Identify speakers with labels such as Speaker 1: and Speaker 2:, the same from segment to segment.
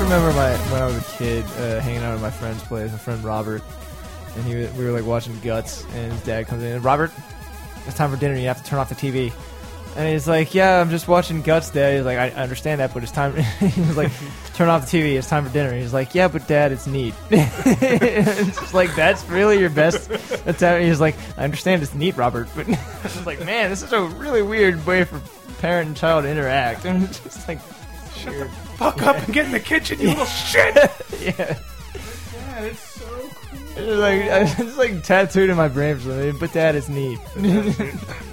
Speaker 1: remember my when I was a kid uh, hanging out at my friend's place, my friend Robert, and he was, we were like watching Guts, and his dad comes in, Robert, it's time for dinner. You have to turn off the TV. And he's like, "Yeah, I'm just watching Guts, Dad." He's like, "I, I understand that, but it's time." he was like, "Turn off the TV. It's time for dinner." He's like, "Yeah, but Dad, it's neat." it's just like that's really your best. That's how, he's like, "I understand it's neat, Robert," but it's like, man, this is a really weird way for parent and child to interact. And it's just like,
Speaker 2: Shut the fuck up and get in the kitchen, you little shit!
Speaker 1: yeah.
Speaker 2: Yeah, it's so cool.
Speaker 1: It's like it's like tattooed in my brain for some reason, but that is neat.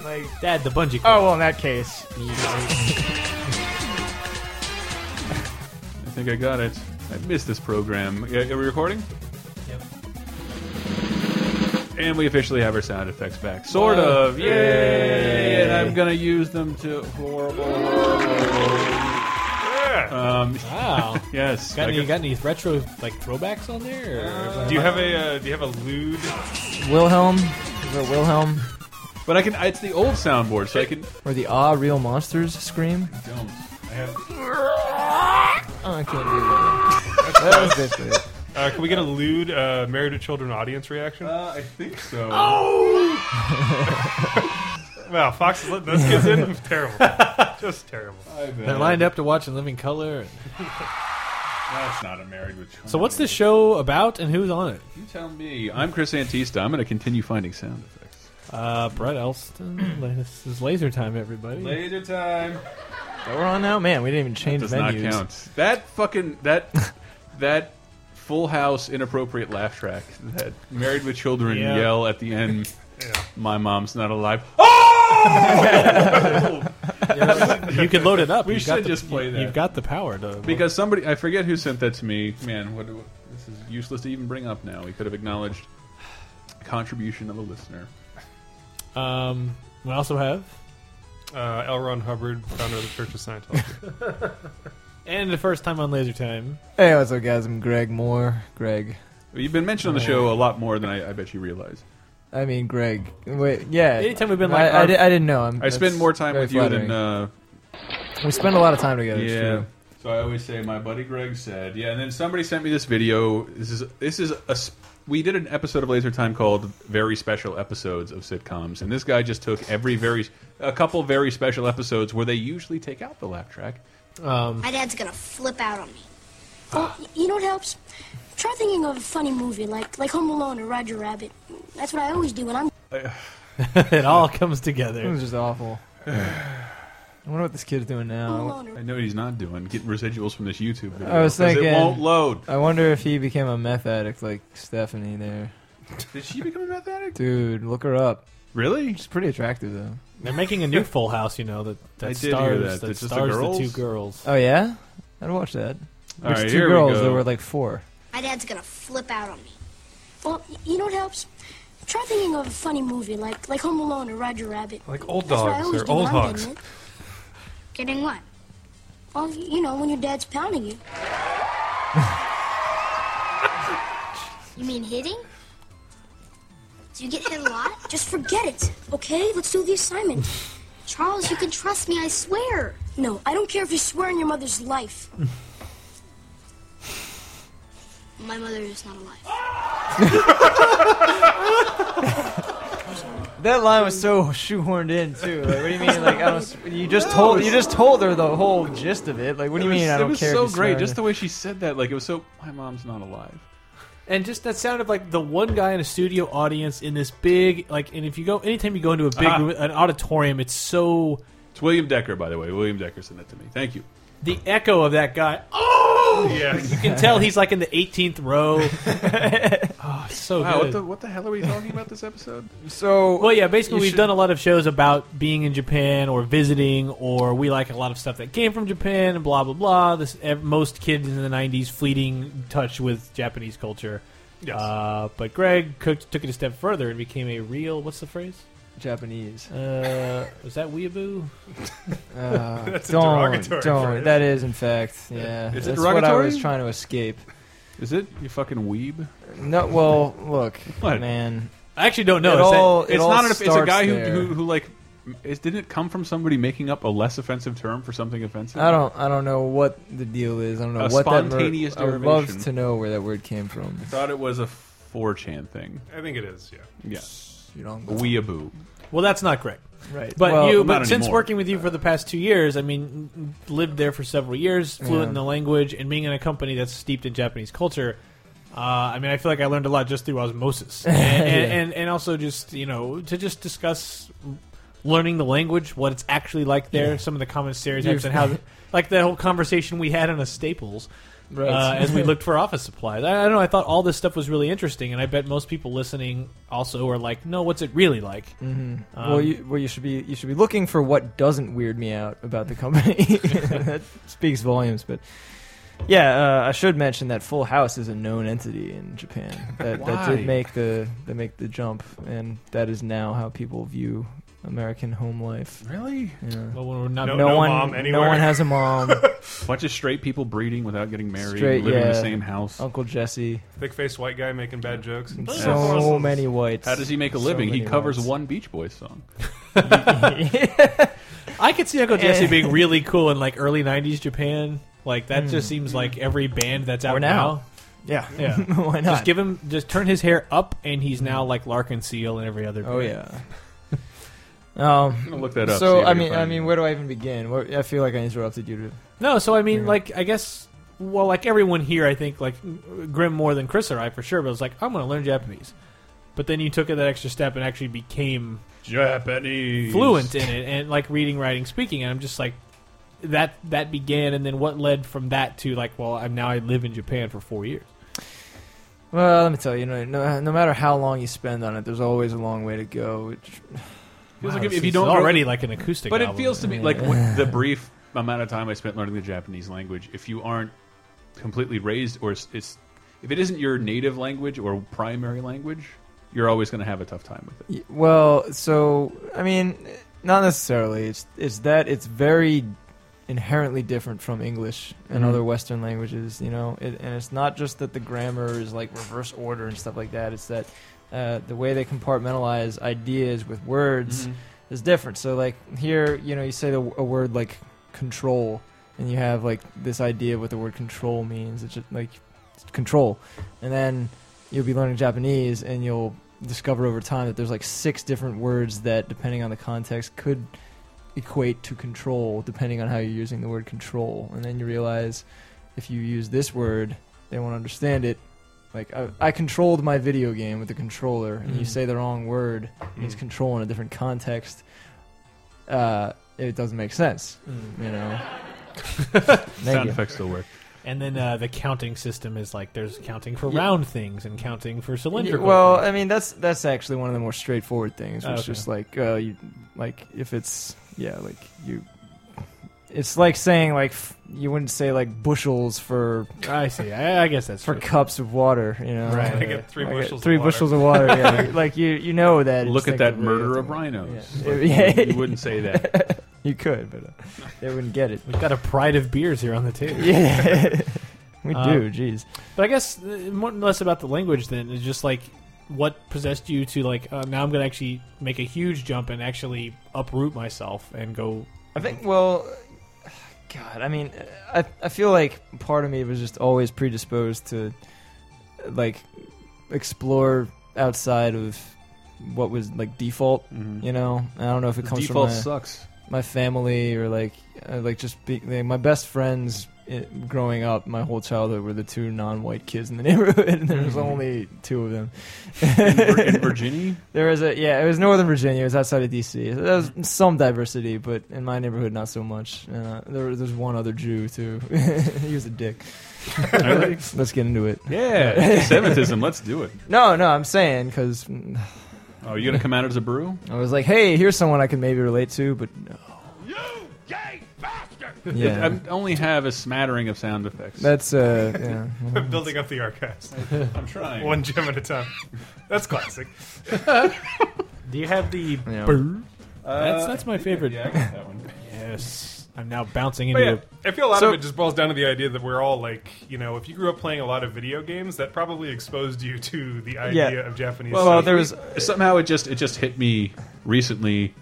Speaker 1: like,
Speaker 3: Dad, the bungee.
Speaker 1: oh well, in that case,
Speaker 2: I think I got it. I missed this program. Are are we recording?
Speaker 3: Yep.
Speaker 2: And we officially have our sound effects back. Sort of. Yay! And I'm going to use them to horrible. Um,
Speaker 3: Wow.
Speaker 2: yes.
Speaker 3: Got
Speaker 2: I
Speaker 3: any,
Speaker 2: can-
Speaker 3: got any retro like throwbacks on there? Or
Speaker 4: Do you have a uh, Do you have a lewd?
Speaker 1: Wilhelm, is it Wilhelm
Speaker 2: but I can. It's the old soundboard, so I can.
Speaker 1: or the Ah Real Monsters scream?
Speaker 2: Don't. I have.
Speaker 1: Oh, I can't do that. that was basically it.
Speaker 4: Uh, can we get a lewd uh, married with children audience reaction?
Speaker 2: Uh, I think so.
Speaker 4: wow, Fox is letting those kids in. terrible, just terrible.
Speaker 2: I bet.
Speaker 3: They're lined up to watch In Living Color.
Speaker 2: That's not a married with children.
Speaker 3: So what's this show about and who's on it?
Speaker 2: You tell me. I'm Chris Antista. I'm going to continue finding sound effects.
Speaker 3: Uh, Brett Elston. this is Laser Time, everybody.
Speaker 2: Laser time.
Speaker 1: That we're on now, man. We didn't even change
Speaker 2: Does
Speaker 1: venues.
Speaker 2: not count. That fucking that that Full House inappropriate laugh track that Married with Children
Speaker 3: Yeah.
Speaker 2: yell at the end.
Speaker 4: Yeah.
Speaker 2: My mom's not alive. Oh!
Speaker 3: you can load it up.
Speaker 2: We
Speaker 3: You've
Speaker 2: should
Speaker 3: got the-
Speaker 2: just play
Speaker 3: you,
Speaker 2: that.
Speaker 3: You've got the power to
Speaker 2: because somebody, I forget who sent that to me. Man, what, what this is useless to even bring up now. We could have acknowledged contribution of a listener.
Speaker 3: Um, we also have
Speaker 4: Uh, L. Ron Hubbard, founder of the Church of Scientology.
Speaker 3: and the first time on Laser Time.
Speaker 1: Hey, what's up, guys? I'm Greg Moore. Greg.
Speaker 2: You've been mentioned on
Speaker 1: Oh.
Speaker 2: the show a lot more than I, I bet you realize.
Speaker 1: I mean, Greg. Wait, yeah.
Speaker 3: Anytime we've been like,
Speaker 1: I, I,
Speaker 3: our-
Speaker 1: di- I didn't know. I'm,
Speaker 2: I spend
Speaker 1: that's
Speaker 2: more time
Speaker 1: very
Speaker 2: with you
Speaker 1: flattering.
Speaker 2: than uh,
Speaker 1: we spend a lot of time together. It's
Speaker 2: Yeah.
Speaker 1: true.
Speaker 2: So I always say my buddy Greg said, yeah, and then somebody sent me this video. This is this is a s- we did an episode of Laser Time called Very Special Episodes of Sitcoms, and this guy just took every very a couple very special episodes where they usually take out the laugh track.
Speaker 3: um,
Speaker 5: My dad's gonna flip out on me. Oh, y- you know what helps? Try thinking of a funny movie like like Home Alone or Roger Rabbit. That's what I always do when I'm
Speaker 3: it all comes
Speaker 1: It
Speaker 3: together.
Speaker 1: was just awful. I wonder what this kid's doing
Speaker 5: home
Speaker 1: now.
Speaker 5: alone. Or
Speaker 2: I know he's not doing getting residuals from this YouTube video.
Speaker 1: I was
Speaker 2: 'cause
Speaker 1: thinking-
Speaker 2: it won't load.
Speaker 1: I wonder if he became a meth addict like Stephanie there.
Speaker 2: Did she become a meth addict?
Speaker 1: Dude, look her up.
Speaker 2: Really?
Speaker 1: She's pretty attractive though.
Speaker 3: They're making a new Full House, you know that that
Speaker 2: I did hear
Speaker 3: stars
Speaker 2: that. It's just the
Speaker 3: stars
Speaker 2: girls?
Speaker 3: the two girls.
Speaker 1: Oh yeah, I'd watch that.
Speaker 2: All
Speaker 1: There's
Speaker 2: right,
Speaker 1: two
Speaker 2: here we
Speaker 1: girls.
Speaker 2: go.
Speaker 1: There were like four.
Speaker 5: My dad's gonna flip out on me. Oh, y- you know what helps? Try thinking of a funny movie like like Home Alone or Roger Rabbit.
Speaker 4: Like old
Speaker 5: That's what I
Speaker 4: dogs
Speaker 5: always
Speaker 4: or
Speaker 5: do when
Speaker 4: old
Speaker 5: I'm
Speaker 4: hogs.
Speaker 5: getting it. Getting what? Well, y- you know when your dad's pounding you. you mean hitting? Do you get hit a lot? Just forget it, okay? Let's do the assignment. Charles, you can trust me, I swear. No, I don't care if you swear on your mother's life. My mother is not alive.
Speaker 1: That line was so shoehorned in too. Like, what do you mean? Like I don't, you just told you just told her the whole gist of it. Like what do you
Speaker 2: it was,
Speaker 1: mean? I
Speaker 2: it
Speaker 1: don't
Speaker 2: was
Speaker 1: care.
Speaker 2: so
Speaker 1: if you
Speaker 2: great.
Speaker 1: swear.
Speaker 2: Just the way she said that, like it was so. My mom's not alive.
Speaker 3: And just that sounded like the one guy in a studio audience in this big like. And if you go anytime you go into a big
Speaker 2: Ah.
Speaker 3: room, an auditorium, it's so
Speaker 2: It's William Decker, by the way. William Decker sent that to me. Thank you.
Speaker 3: the echo of that guy.
Speaker 2: Oh.
Speaker 4: Yes.
Speaker 3: You can tell he's like in the 18th row. oh, it's so
Speaker 2: Wow, what
Speaker 3: good.
Speaker 2: the what the hell are we talking about this episode?
Speaker 1: so
Speaker 3: well, yeah, basically,
Speaker 1: You
Speaker 3: we've
Speaker 1: should-
Speaker 3: done a lot of shows about being in Japan or visiting, or we like a lot of stuff that came from Japan and blah, blah, blah. This, ev- most kids in the 90s fleeting touch with Japanese culture.
Speaker 4: Yes.
Speaker 3: Uh, but Greg cooked, took it a step further and became a real, what's the phrase?
Speaker 1: Japanese.
Speaker 3: Uh, was that weeaboo?
Speaker 1: Uh,
Speaker 4: That's a
Speaker 1: don't
Speaker 4: derogatory
Speaker 1: don't.
Speaker 4: phrase.
Speaker 1: That is in fact. Yeah,
Speaker 2: Is it
Speaker 1: that's what I
Speaker 2: derogatory?
Speaker 1: was trying to escape.
Speaker 2: Is it you fucking weeb?
Speaker 1: No, well, look,
Speaker 2: What?
Speaker 1: man.
Speaker 3: I actually don't know. Is
Speaker 1: it
Speaker 3: that-
Speaker 1: all, it
Speaker 2: it's
Speaker 1: all
Speaker 2: not an. It's a
Speaker 1: starts
Speaker 2: guy who,
Speaker 1: there.
Speaker 2: who who like is, didn't it come from somebody making up a less offensive term for something offensive?
Speaker 1: I don't. I don't know what the deal is. I don't know
Speaker 2: A
Speaker 1: what that.
Speaker 2: spontaneous
Speaker 1: I would love
Speaker 2: derivation.
Speaker 1: to know where that word came from.
Speaker 2: Thought it was a 4chan thing.
Speaker 4: I think it is. Yeah.
Speaker 2: Yeah,
Speaker 1: You don't.
Speaker 2: weeaboo.
Speaker 3: Well, that's not correct.
Speaker 1: Right.
Speaker 3: But
Speaker 1: Well,
Speaker 3: you,
Speaker 2: not
Speaker 3: but since
Speaker 2: anymore.
Speaker 3: working with you for the past two years, I mean, n- lived there for several years, fluent
Speaker 1: Yeah.
Speaker 3: in the language, and being in a company that's steeped in Japanese culture. Uh, I mean, I feel like I learned a lot just through osmosis, and, and, and and also just you know to just discuss learning the language, what it's actually like there, some of the common stereotypes,
Speaker 1: You've-
Speaker 3: and how like the whole conversation we had on a Staples
Speaker 1: Right.
Speaker 3: uh, as we looked for office supplies. I, I don't know. I thought all this stuff was really interesting, and I bet most people listening also are like, "No, what's it really like?"
Speaker 1: Mm-hmm. well, you, well, you should be you should be looking for what doesn't weird me out about the company. that speaks volumes. But yeah, uh, I should mention that Full House is a known entity in Japan. That, that
Speaker 2: Why?
Speaker 1: did make the that make the jump, and that is now how people view American home life.
Speaker 2: Really?
Speaker 1: Yeah.
Speaker 3: Well, when we're not
Speaker 4: No,
Speaker 1: no, one,
Speaker 4: mom
Speaker 1: no
Speaker 4: anywhere.
Speaker 1: one has a mom.
Speaker 2: Bunch of straight people breeding without getting married,
Speaker 1: Straight,
Speaker 2: living in the
Speaker 1: yeah.
Speaker 2: same house.
Speaker 1: Uncle Jesse,
Speaker 4: Thick faced white guy making bad jokes.
Speaker 1: and
Speaker 2: Yes.
Speaker 1: so many whites.
Speaker 2: How does he make a
Speaker 1: So
Speaker 2: living? he
Speaker 1: many
Speaker 2: covers
Speaker 1: whites.
Speaker 2: one Beach Boys song.
Speaker 3: I could see Uncle Jesse
Speaker 1: Eh.
Speaker 3: being really cool in like early '90s Japan. Like that just seems like every band that's out
Speaker 1: Hmm. Or now. Yeah,
Speaker 3: Yeah.
Speaker 1: Why
Speaker 3: now.
Speaker 1: not? Hmm.
Speaker 3: Just give him, just turn his hair up, and he's now like Larkin Seal and every other.
Speaker 1: oh yeah.
Speaker 3: band.
Speaker 1: um.
Speaker 2: I'm gonna look that up. see
Speaker 1: So
Speaker 2: if
Speaker 1: I
Speaker 2: can
Speaker 1: mean,
Speaker 2: find
Speaker 1: I
Speaker 2: it.
Speaker 1: mean, where do I even begin? Where, I feel like I interrupted you. To,
Speaker 3: No, so I mean,
Speaker 1: Yeah.
Speaker 3: like I guess, well, like everyone here, I think like Grim more than Chris or I for sure. But I was like, I'm going to learn Japanese. But then you took that extra step and actually became
Speaker 2: Japanese
Speaker 3: fluent in it, and like reading, writing, speaking. And I'm just like, that that began, and then what led from that to like, well, I'm now I live in Japan for four years.
Speaker 1: well, let me tell you, no, no, no matter how long you spend on it, there's always a long way to go. Which,
Speaker 2: Feels
Speaker 3: Wow,
Speaker 2: like if,
Speaker 3: this
Speaker 2: if you
Speaker 3: is
Speaker 2: don't grow-
Speaker 3: already like an acoustic,
Speaker 2: but it
Speaker 3: album.
Speaker 2: feels to me like what, the brief amount of time I spent learning the Japanese language. If you aren't completely raised, or s- it's if it isn't your native language or primary language, you're always going to have a tough time with it.
Speaker 1: y- well, so I mean, not necessarily. It's it's that it's very inherently different from English and
Speaker 2: Mhm.
Speaker 1: other Western languages. You know, it, and it's not just that the grammar is like reverse order and stuff like that. It's that uh, the way they compartmentalize ideas with words. is different. So like here, you know, you say the, a word like control, and you have like this idea of what the word control means. It's just like it's control, and then you'll be learning Japanese, and you'll discover over time that there's like six different words that, depending on the context, could equate to control, depending on how you're using the word control. And then you realize if you use this word, they won't understand it. Like I, I controlled my video game with the controller, and you
Speaker 3: Mm.
Speaker 1: say the wrong word, and he's
Speaker 4: Mm.
Speaker 1: control in a different context, uh, it doesn't make sense.
Speaker 3: Mm.
Speaker 1: You know. Thank
Speaker 2: Sound
Speaker 1: you.
Speaker 2: effects still work.
Speaker 3: And then uh, the counting system is like there's counting for round things and counting for cylindrical.
Speaker 1: well,
Speaker 3: things.
Speaker 1: I mean that's that's actually one of the more straightforward things.
Speaker 3: Oh,
Speaker 1: It's
Speaker 3: okay.
Speaker 1: just like uh, you, like if it's yeah, like you. It's like saying like f- you wouldn't say like bushels for
Speaker 3: I see. I, I guess that's
Speaker 1: for
Speaker 3: true.
Speaker 1: cups of water, you know.
Speaker 3: Right.
Speaker 4: I get three
Speaker 1: Like,
Speaker 4: bushels.
Speaker 1: three
Speaker 4: of water.
Speaker 1: bushels of water. Yeah. like you, you know that.
Speaker 2: Look at that
Speaker 1: instinctively
Speaker 2: murder
Speaker 1: it's-
Speaker 2: of rhinos.
Speaker 1: Yeah.
Speaker 2: Like,
Speaker 1: Yeah.
Speaker 2: you wouldn't say that.
Speaker 1: You could, but uh, they wouldn't get it.
Speaker 3: We've got a pride of beers here on the table.
Speaker 1: Yeah, we
Speaker 3: Uh,
Speaker 1: do. Jeez.
Speaker 3: But I guess uh, more and less about the language then is just like what possessed you to like uh, now I'm going to actually make a huge jump and actually uproot myself and go.
Speaker 1: I think. Well, God, I mean, I I feel like part of me was just always predisposed to like explore outside of what was like default.
Speaker 2: Mhm.
Speaker 1: You know, I don't know if it
Speaker 2: The
Speaker 1: comes
Speaker 2: default
Speaker 1: from my,
Speaker 2: sucks.
Speaker 1: my family or like uh, like just be, like, my best friends i growing up my whole childhood were the two non-white kids in the neighborhood and there was
Speaker 2: Mm-hmm.
Speaker 3: Mhm.
Speaker 1: only two of them
Speaker 2: In, Vir- in Virginia,
Speaker 1: there was a yeah it was northern virginia it was outside of dc so there was
Speaker 2: Mm-hmm.
Speaker 1: some diversity but in my neighborhood not so much and uh, there, there's one other jew too he was a dick
Speaker 2: Really?
Speaker 1: let's get into it
Speaker 2: yeah, Semitism. Let's do it.
Speaker 1: no no i'm saying because
Speaker 2: Oh, you gonna come out as a brew?
Speaker 1: i was like hey here's someone i can maybe relate to but no you gay bastard yeah
Speaker 2: I only have a smattering of sound effects.
Speaker 1: that's uh yeah
Speaker 4: Building up the archives.
Speaker 2: I'm trying.
Speaker 4: One gem at a time. That's classic.
Speaker 3: Do you have the?
Speaker 1: Yeah.
Speaker 3: Brr?
Speaker 2: Uh,
Speaker 3: That's that's my favorite.
Speaker 2: Yeah, I got that one.
Speaker 3: Yes, I'm now bouncing
Speaker 4: But
Speaker 3: into.
Speaker 4: yeah, I feel a lot
Speaker 1: So-
Speaker 4: of it just boils down to the idea that we're all like, you know, if you grew up playing a lot of video games, that probably exposed you to the idea
Speaker 1: Yeah.
Speaker 4: of Japanese.
Speaker 1: well, there was
Speaker 2: somehow it just it just hit me recently.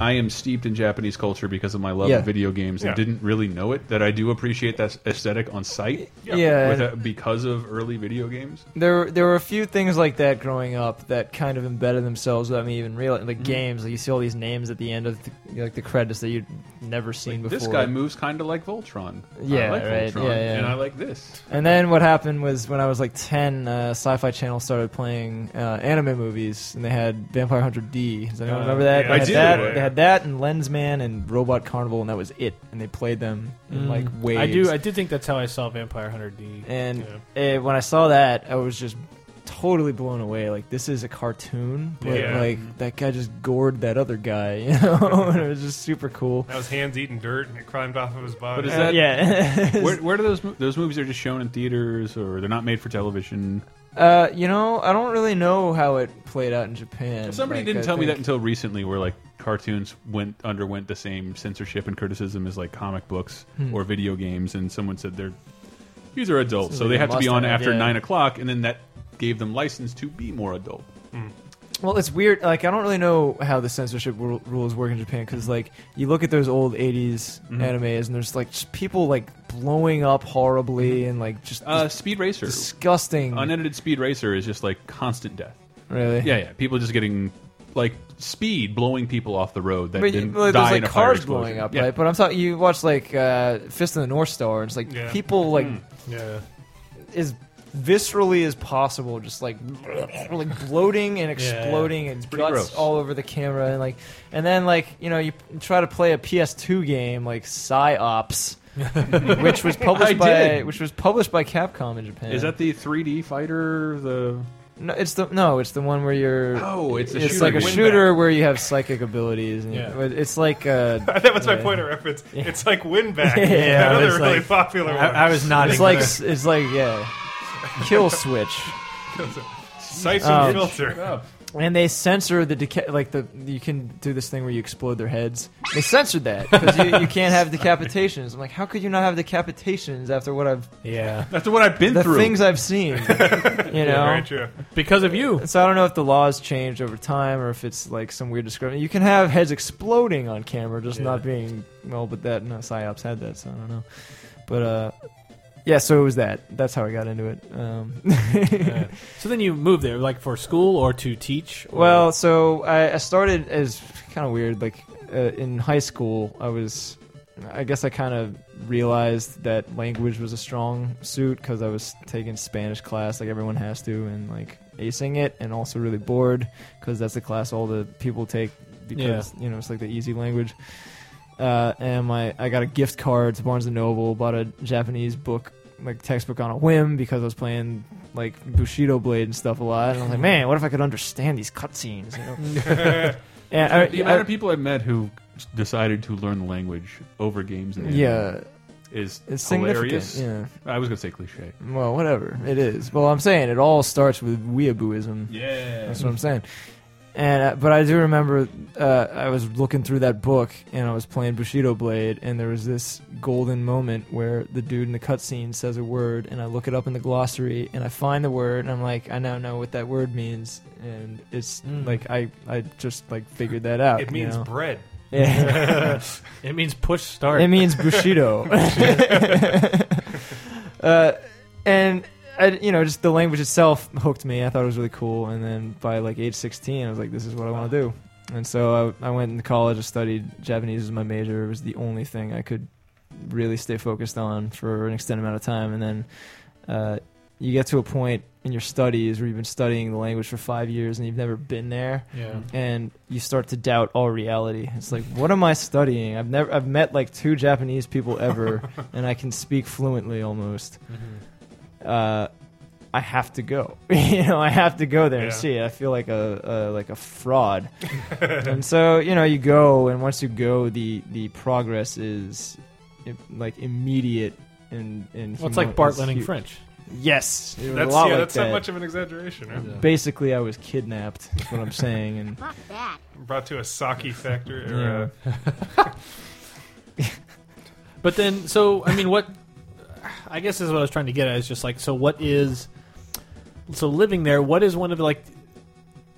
Speaker 2: I am steeped in Japanese culture because of my love
Speaker 1: Yeah.
Speaker 2: of video games and
Speaker 4: Yeah.
Speaker 2: didn't really know it. That I do appreciate that aesthetic on site.
Speaker 1: Yeah. Yeah.
Speaker 2: with a- because of early video games.
Speaker 1: There, there were a few things like that growing up that kind of embedded themselves without me even realizing.
Speaker 2: Mm-hmm.
Speaker 1: Like games, like you see all these names at the end of the, like the credits that you'd never seen before.
Speaker 2: This guy moves kind of like Voltron. I
Speaker 1: Yeah,
Speaker 2: like
Speaker 1: right,
Speaker 2: Voltron,
Speaker 1: yeah, yeah.
Speaker 2: and I like this.
Speaker 1: And then what happened was when I was like 10, uh, Sci Fi Channel started playing uh, anime movies, and they had Vampire Hunter D. Does anyone
Speaker 4: Uh,
Speaker 1: remember that?
Speaker 4: yeah,
Speaker 1: they
Speaker 2: I
Speaker 1: had
Speaker 2: do,
Speaker 1: That,
Speaker 4: yeah.
Speaker 1: They had that and Lensman and Robot Carnival, and that was it. And they played them in like waves.
Speaker 3: Mm. I do. I do think that's how I saw Vampire Hunter D.
Speaker 1: and uh, when I saw that, I was just totally blown away. Like, this is a cartoon, but
Speaker 4: Yeah.
Speaker 2: Mm-hmm.
Speaker 1: like that guy just gored that other guy, you know? and it was just super cool.
Speaker 4: Now his hands eating dirt and it climbed off of his body.
Speaker 2: But is
Speaker 1: Uh,
Speaker 2: that-
Speaker 1: yeah.
Speaker 2: Where, where do those mo- those movies are just shown in theaters or they're not made for television?
Speaker 1: Uh, you know, I don't really know how it played out in Japan.
Speaker 2: Somebody
Speaker 1: Like,
Speaker 2: didn't
Speaker 1: I
Speaker 2: tell me that
Speaker 1: think-
Speaker 2: until recently, where like cartoons went underwent the same censorship and criticism as like comic books
Speaker 1: Hmm.
Speaker 2: or video games, and someone said they're these are adults,
Speaker 1: Seems
Speaker 2: so
Speaker 1: like
Speaker 2: they
Speaker 1: a
Speaker 2: have to be on
Speaker 1: must-have,
Speaker 2: after
Speaker 1: yeah.
Speaker 2: nine o'clock, and then that gave them license to be more adult.
Speaker 1: Well, it's weird. Like, I don't really know how the censorship ru- rules work in Japan because, like, you look at those old '80s
Speaker 2: Mm-hmm.
Speaker 1: animes, and there's like just people like blowing up horribly and like just
Speaker 2: Uh, Speed Racer,
Speaker 1: disgusting.
Speaker 2: unedited Speed Racer is just like constant death.
Speaker 1: really?
Speaker 2: Yeah, yeah, people just getting like speed blowing people off the road that
Speaker 1: But you,
Speaker 2: didn't
Speaker 1: like,
Speaker 2: die
Speaker 1: there's
Speaker 2: in
Speaker 1: like
Speaker 2: a fire
Speaker 1: cars
Speaker 2: explosion.
Speaker 1: blowing up,
Speaker 2: Yeah.
Speaker 1: right? But I'm talking. You watch like uh, Fist of the North Star, and it's like
Speaker 4: Yeah.
Speaker 1: people like
Speaker 2: Mm-hmm.
Speaker 4: yeah.
Speaker 1: as viscerally as possible, just like like bloating and exploding and
Speaker 2: pretty
Speaker 1: guts
Speaker 2: gross.
Speaker 1: all over the camera, and like, and then like you know you try to play a PS2 game like PsyOps, which was
Speaker 2: I
Speaker 1: published by
Speaker 2: did.
Speaker 1: which was published by Capcom in Japan.
Speaker 2: Is that the 3D fighter? The
Speaker 1: no? It's the no, it's the one where you're.
Speaker 2: oh, it's a
Speaker 1: it's
Speaker 2: shooter
Speaker 1: like a
Speaker 2: game.
Speaker 1: shooter where you have psychic abilities. And
Speaker 3: Yeah.
Speaker 1: It's like uh,
Speaker 4: that was my
Speaker 1: yeah.
Speaker 4: point of reference. It's like Winback,
Speaker 1: Yeah,
Speaker 4: that
Speaker 3: it
Speaker 4: other
Speaker 3: was
Speaker 4: really
Speaker 3: like-
Speaker 4: popular one.
Speaker 3: I, I was not.
Speaker 1: It's like it's like yeah, kill switch.
Speaker 4: Siphon
Speaker 1: Um,
Speaker 4: filter.
Speaker 1: and they censor the deca- like the you can do this thing where you explode their heads. They censored that because you, you can't have decapitations. I'm like, how could you not have decapitations after what I've
Speaker 3: yeah,
Speaker 2: That's what I've been
Speaker 1: the
Speaker 2: through.
Speaker 1: things I've seen, you know?
Speaker 4: Very true.
Speaker 3: because of you.
Speaker 1: so I don't know if the laws changed over time or if it's like some weird description. You can have heads exploding on camera, just not being well. But that no, psyops had that, so I don't know. But uh, yeah, so it was that. That's how I got into it. Um,
Speaker 3: Yeah. So then you moved there, like for school or to teach. or-
Speaker 1: Well, so I, I started as kind of weird. Like uh, in high school, I was, I guess I kind of realized that language was a strong suit because I was taking Spanish class, like everyone has to, and like acing it, and also really bored because that's the class all the people take because you know it's like the easy language. Uh, and my I got a gift card to Barnes and Noble, bought a Japanese book like textbook on a whim because I was playing like Bushido Blade and stuff a lot. And I was like, man, what if I could understand these cutscenes? You know? and I,
Speaker 2: the amount of
Speaker 1: I-
Speaker 2: people I've met who decided to learn the language over games and anime
Speaker 1: yeah,
Speaker 2: is
Speaker 1: it's significant.
Speaker 2: hilarious.
Speaker 1: Yeah.
Speaker 2: I was gonna say cliche.
Speaker 1: Well, whatever it is. Well, I'm saying it all starts with weeabooism.
Speaker 2: Yeah.
Speaker 1: That's what I'm saying. And uh, but I do remember uh, I was looking through that book and I was playing Bushido Blade and there was this golden moment where the dude in the cutscene says a word and I look it up in the glossary and I find the word and I'm like I now know what that word means and it's
Speaker 3: Mm.
Speaker 1: like I I just like figured that out.
Speaker 4: It
Speaker 1: you
Speaker 4: means
Speaker 1: know?
Speaker 4: bread.
Speaker 1: yeah.
Speaker 3: it means push start.
Speaker 1: It means Bushido. uh, and I, you know, just the language itself hooked me. I thought it was really cool. And then by like age 16, I was like, this is what I want to do. And so I, I went into college. I studied Japanese as my major. It was the only thing I could really stay focused on for an extended amount of time. And then uh, you get to a point in your studies where you've been studying the language for five years and you've never been there
Speaker 3: yeah.
Speaker 1: and you start to doubt all reality. It's like, what am I studying? I've never, I've met like two Japanese people ever, and I can speak fluently almost. Uh, I have to go. you know, I have to go there and
Speaker 4: Yeah.
Speaker 1: see. it. I feel like a, a like a fraud. and so, you know, you go, and once you go, the the progress is im- like immediate. And, and
Speaker 3: Well, it's
Speaker 1: humo-
Speaker 3: like Bart
Speaker 1: is
Speaker 3: learning
Speaker 1: hu-
Speaker 3: French.
Speaker 1: Yes, it was
Speaker 4: That's
Speaker 1: a lot
Speaker 4: yeah.
Speaker 1: like
Speaker 4: that's
Speaker 1: that.
Speaker 4: not much of an exaggeration. Right?
Speaker 1: Basically, I was kidnapped. Is what I'm saying, and
Speaker 5: Not bad.
Speaker 4: Brought to a sake factory. Or, uh,
Speaker 3: But then, so I mean, what? I guess this is what I was trying to get at. Is just like, so what is? So living there, what is one of like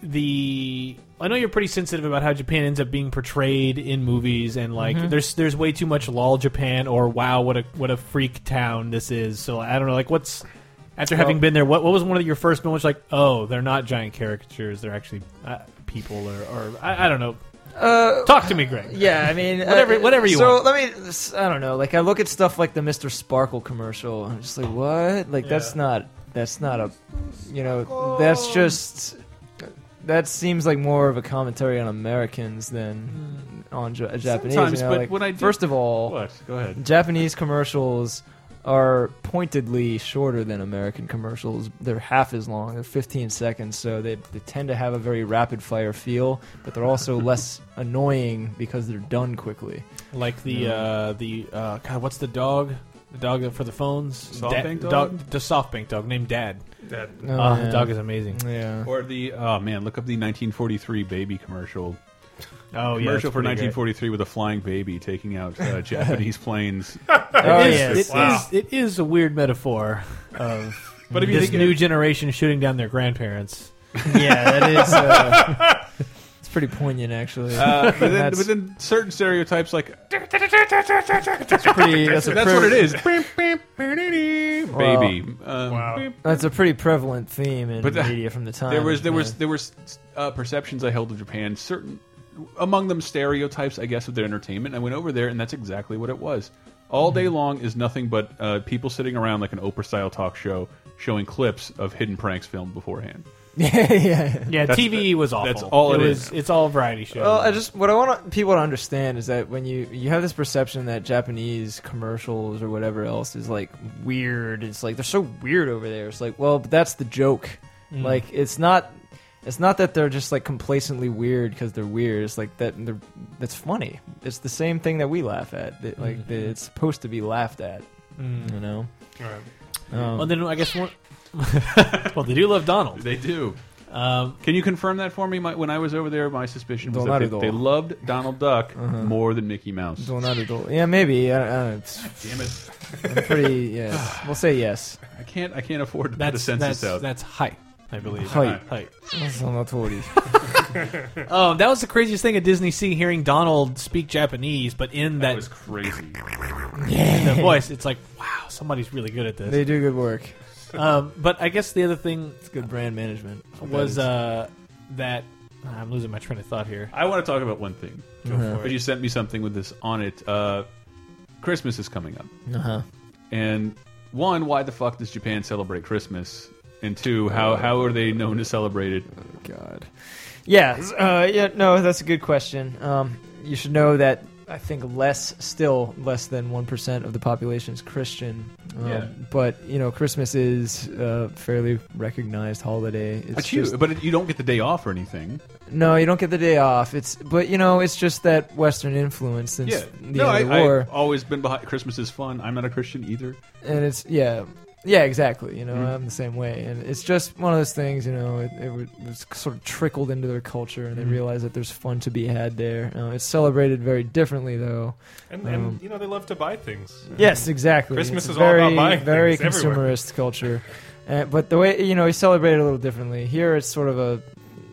Speaker 3: the I know you're pretty sensitive about how Japan ends up being portrayed in movies, and like there's there's way too much lol Japan or wow what a what a freak town this is. So I don't know, like what's after having been there, what what was one of your first moments like? Oh, they're not giant caricatures; they're actually uh, people, or, or I, I don't know.
Speaker 1: Uh,
Speaker 3: Talk to me, Greg.
Speaker 1: yeah, I mean, uh,
Speaker 3: Whatever- whatever you
Speaker 1: so
Speaker 3: want.
Speaker 1: let me. s- I don't know. Like I look at stuff like the Mister Sparkle commercial. I'm just like, what? Like that's
Speaker 4: Yeah.
Speaker 1: not. That's not a. You know, that's just. That seems like more of a commentary on Americans than on Ja- Japanese.
Speaker 2: Sometimes,
Speaker 1: you know,
Speaker 2: but
Speaker 1: like,
Speaker 2: when I do-
Speaker 1: first of all,
Speaker 2: What? Go ahead.
Speaker 1: Japanese commercials are pointedly shorter than American commercials. They're half as long. They're 15 seconds, so they, they tend to have a very rapid fire feel, but they're also less annoying because they're done quickly.
Speaker 3: Like the uh, the uh, God, what's the dog? The dog that- for the phones.
Speaker 2: SoftBank
Speaker 3: Da-
Speaker 2: dog?
Speaker 3: The SoftBank dog named Dad.
Speaker 4: That
Speaker 1: Oh,
Speaker 3: Ah,
Speaker 1: yeah.
Speaker 3: The dog is amazing.
Speaker 1: Yeah.
Speaker 2: Or the oh man, look up the 1943 baby commercial.
Speaker 3: Oh yeah,
Speaker 2: commercial
Speaker 3: it's
Speaker 2: for
Speaker 3: pretty great.
Speaker 2: 1943 with a flying baby taking out uh, Japanese planes.
Speaker 1: Oh,
Speaker 3: It is-
Speaker 1: yeah.
Speaker 3: it is-
Speaker 4: Wow.
Speaker 3: it is a weird metaphor of
Speaker 4: But if you
Speaker 3: this
Speaker 4: think
Speaker 3: new generation shooting down their grandparents.
Speaker 1: yeah, that is. Uh, it's pretty poignant, actually.
Speaker 2: Uh, but, then,
Speaker 1: That's-
Speaker 2: but then certain stereotypes like
Speaker 1: It's pretty, that's,
Speaker 2: that's,
Speaker 1: a
Speaker 2: that's
Speaker 1: pre-
Speaker 2: what it is. baby. Um,
Speaker 4: wow.
Speaker 1: That's a pretty prevalent theme in
Speaker 2: But the-
Speaker 1: media from the time.
Speaker 2: There was there
Speaker 1: yeah.
Speaker 2: was there was uh, perceptions I held of Japan. Certain among them stereotypes, I guess, of their entertainment. I went over there, and that's exactly what it was. All day long is nothing but uh, people sitting around like an Oprah style talk show, showing clips of hidden pranks filmed beforehand.
Speaker 1: yeah, yeah.
Speaker 3: Yeah,
Speaker 2: That's-
Speaker 3: TV was awful.
Speaker 2: that's all it
Speaker 3: was,
Speaker 2: is.
Speaker 3: It's all variety shows.
Speaker 1: Well, I just what I want people to understand is that when you you have this perception that Japanese commercials or whatever else is like weird, it's like they're so weird over there. It's like, well, but that's the joke.
Speaker 3: Mm.
Speaker 1: Like, it's not. It's not that they're just like complacently weird because they're weird. It's like that. They're, that's funny. It's the same thing that we laugh at. That, like
Speaker 3: Mm-hmm.
Speaker 1: that it's supposed to be laughed at. You know.
Speaker 4: All right.
Speaker 1: Um,
Speaker 3: well, then I guess one. well, they do love Donald.
Speaker 2: They do.
Speaker 3: Um,
Speaker 2: Can you confirm that for me? My, when I was over there, my suspicion was
Speaker 1: Don't
Speaker 2: that
Speaker 1: let
Speaker 2: they,
Speaker 1: it all.
Speaker 2: they loved Donald Duck more than Mickey Mouse.
Speaker 1: well, not at all. Yeah, maybe. I, I, it's
Speaker 2: Damn it!
Speaker 1: pretty. Yes, we'll say yes.
Speaker 2: I can't. I can't afford to put a
Speaker 3: that's
Speaker 2: census
Speaker 3: that's
Speaker 2: out.
Speaker 3: that's height, I believe.
Speaker 1: Height.
Speaker 3: height.
Speaker 1: Sonatori.
Speaker 3: Um, that was the craziest thing at Disney Sea, hearing Donald speak Japanese, but in
Speaker 2: that
Speaker 3: that,
Speaker 2: was crazy.
Speaker 3: in that voice, it's like, wow, somebody's really good at this.
Speaker 1: They do good work.
Speaker 3: Um, but I guess the other thing
Speaker 1: It's good brand management.
Speaker 3: was uh, that I'm losing my train of thought here.
Speaker 2: I want to talk about one thing. But you sent me something with this on it. Uh, Christmas is coming up,
Speaker 1: uh huh.
Speaker 2: and one, why the fuck does Japan celebrate Christmas? And two, how how are they known to celebrate it?
Speaker 1: God. Yeah. s- Uh, yeah. No, that's a good question. Um, you should know that I think less, still less than one percent of the population is Christian. Um,
Speaker 2: Yeah.
Speaker 1: But you know, Christmas is a fairly recognized holiday. It's
Speaker 2: It's you,
Speaker 1: just-
Speaker 2: but it, you don't get the day off or anything.
Speaker 1: No, you don't get the day off. It's but you know, it's just that Western influence since the
Speaker 2: no, I,
Speaker 1: end of the war.
Speaker 2: I've always been behind. Christmas is fun. I'm not a Christian either.
Speaker 1: and it's yeah yeah exactly you know
Speaker 4: Mm-hmm.
Speaker 1: i'm the same way and it's just one of those things you know it, it was- it was sort of trickled into their culture
Speaker 4: Mm-hmm.
Speaker 1: and they realized that there's fun to be had there uh, it's celebrated very differently though
Speaker 4: And, and you know they love to buy things.
Speaker 1: Um, yes exactly
Speaker 4: Christmas
Speaker 1: It's a
Speaker 4: is all
Speaker 1: very,
Speaker 4: about buying
Speaker 1: very
Speaker 4: things everywhere.
Speaker 1: consumerist culture uh, but the way you know you celebrate it a little differently here it's sort of a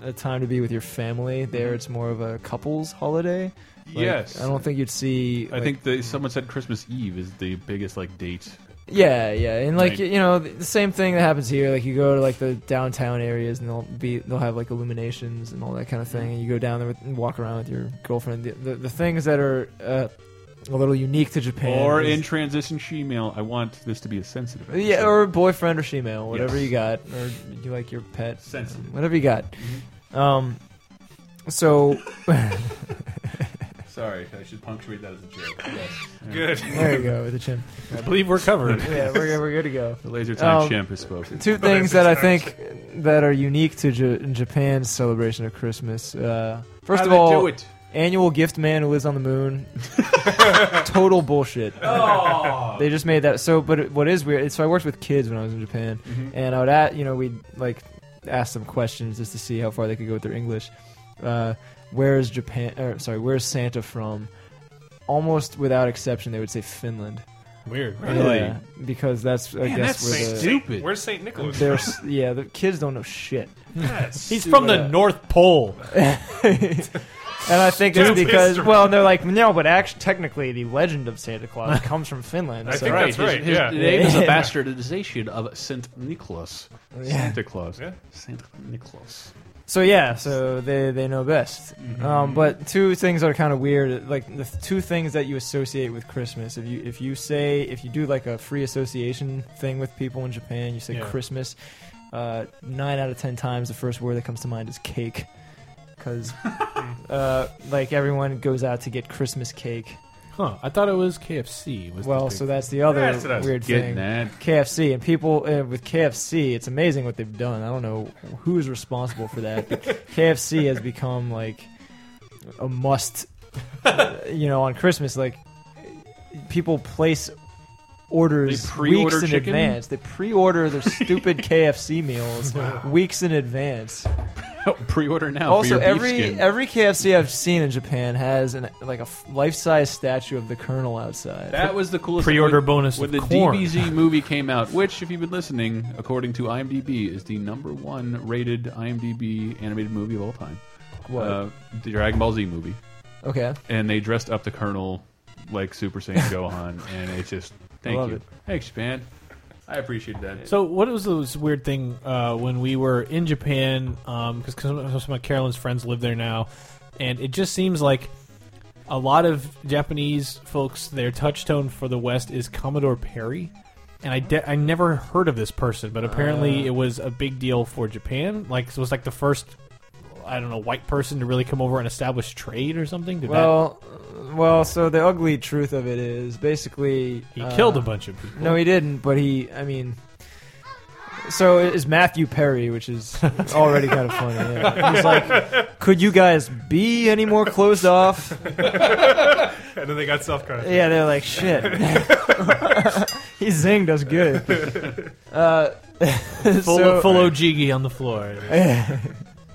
Speaker 1: a time to be with your family.
Speaker 4: Mm-hmm.
Speaker 1: There, it's more of a couples holiday. Like,
Speaker 2: yes,
Speaker 1: I don't think you'd see.
Speaker 2: I
Speaker 1: like, Mm.
Speaker 2: think the, someone said Christmas Eve is the biggest like date.
Speaker 1: Yeah, yeah, and like
Speaker 2: Right.
Speaker 1: you know, th- the same thing that happens here. Like you go to like the downtown areas, and they'll be they'll have like illuminations and all that kind of thing. And you go down there with, and walk around with your girlfriend. The, the, the things that are uh, a little unique to Japan,
Speaker 2: Or
Speaker 1: is-
Speaker 2: in transition shemale, I want this to be a sensitive.
Speaker 1: yeah,
Speaker 2: episode.
Speaker 1: or boyfriend or female, whatever
Speaker 2: Yes.
Speaker 1: you got, or you like your pet,
Speaker 2: Sensitive.
Speaker 1: whatever you got. Um, so
Speaker 2: Sorry, I should punctuate that as a joke. Yes.
Speaker 4: Good.
Speaker 1: there you go with the chimp.
Speaker 3: I believe we're covered.
Speaker 1: Yeah, we're we're good to go.
Speaker 2: The laser time
Speaker 1: Um,
Speaker 2: champ has spoken.
Speaker 1: two things that I think that are unique to J- Japan's celebration of Christmas. Uh, first
Speaker 2: How
Speaker 1: of
Speaker 2: they
Speaker 1: all,
Speaker 2: do it?
Speaker 1: annual gift man who lives on the moon. Total bullshit.
Speaker 2: Oh.
Speaker 1: They just made that so. But it, what is weird? So I worked with kids when I was in Japan,
Speaker 4: Mm-hmm.
Speaker 1: and I would at you know we'd like ask them questions just to see how far they could go with their English. Uh, where is Japan? Or, sorry, where is Santa from? Almost without exception, they would say Finland.
Speaker 3: Weird.
Speaker 2: Really?
Speaker 1: Yeah, because that's I
Speaker 2: Man,
Speaker 1: guess
Speaker 2: that's
Speaker 1: where the,
Speaker 2: stupid.
Speaker 4: Where's St. Nicholas?
Speaker 1: there's yeah the kids don't know shit,
Speaker 3: He's from the
Speaker 1: Yeah.
Speaker 3: North Pole.
Speaker 1: and I think it's
Speaker 4: Stupid
Speaker 1: because
Speaker 4: history.
Speaker 1: well and they're like no, but actually technically the legend of Santa Claus comes from Finland.
Speaker 4: I
Speaker 1: so-
Speaker 4: think that's right.
Speaker 2: His, his
Speaker 4: yeah.
Speaker 2: name is a
Speaker 1: Yeah.
Speaker 2: bastardization of Saint Nicholas. Santa Claus.
Speaker 4: Yeah.
Speaker 2: Saint Nicholas.
Speaker 1: So yeah, so they they know best.
Speaker 2: Mm-hmm.
Speaker 1: Um, but two things are kind of weird, like the th- two things that you associate with Christmas. If you if you say if you do like a free association thing with people in Japan, you say
Speaker 3: Yeah.
Speaker 1: Christmas. Uh, nine out of ten times, the first word that comes to mind is cake, because uh, like everyone goes out to get Christmas cake.
Speaker 3: Huh. I thought it was KFC. Was the
Speaker 1: Well,
Speaker 3: big-
Speaker 1: so that's the other
Speaker 4: That's what I was
Speaker 1: weird thing.
Speaker 2: Getting that.
Speaker 1: KFC and people uh, with KFC, it's amazing what they've done. I don't know who's responsible for that. But KFC has become like a must, uh, you know, on Christmas. Like people place orders
Speaker 2: They pre-order
Speaker 1: weeks in
Speaker 2: chicken?
Speaker 1: advance. They pre-order their stupid KFC meals weeks in advance.
Speaker 2: Pre-order now.
Speaker 1: also,
Speaker 2: Oh, for your beef
Speaker 1: every
Speaker 2: skin.
Speaker 1: every KFC I've seen in Japan has an like a f- life-size statue of the Colonel outside.
Speaker 2: That was the coolest.
Speaker 3: Pre-order
Speaker 2: when-
Speaker 3: bonus
Speaker 2: when the
Speaker 3: of corn.
Speaker 2: DBZ movie came out, which, if you've been listening, according to IMDb, is the number one rated IMDb animated movie of all time.
Speaker 1: What?
Speaker 2: Uh, the Dragon Ball Z movie,
Speaker 1: okay.
Speaker 2: and they dressed up the Colonel like Super Saiyan Gohan, and it's just thank
Speaker 1: Love
Speaker 2: you,
Speaker 1: it.
Speaker 2: thanks, man. I appreciate that.
Speaker 3: So what was this weird thing uh, when we were in Japan? Because some some of Carolyn's friends live there now, and it just seems like a lot of Japanese folks, their touchstone for the West is Commodore Perry. And I, de- I never heard of this person, but
Speaker 1: Uh.
Speaker 3: apparently it was a big deal for Japan. Like it was like the first, I don't know, white person to really come over and establish trade or something. Did
Speaker 1: Well, uh, well. So the ugly truth of it is, basically,
Speaker 3: that, he
Speaker 1: uh,
Speaker 3: killed a bunch of people.
Speaker 1: No, he didn't. But he, I mean, so is Matthew Perry, which is already kind of funny. yeah. He's like, could you guys be any more closed off?
Speaker 4: And then they got self-conscious.
Speaker 1: Yeah, they're like, shit. he zinged us good. Uh,
Speaker 3: full,
Speaker 1: so- uh,
Speaker 3: full Ojigi on the floor.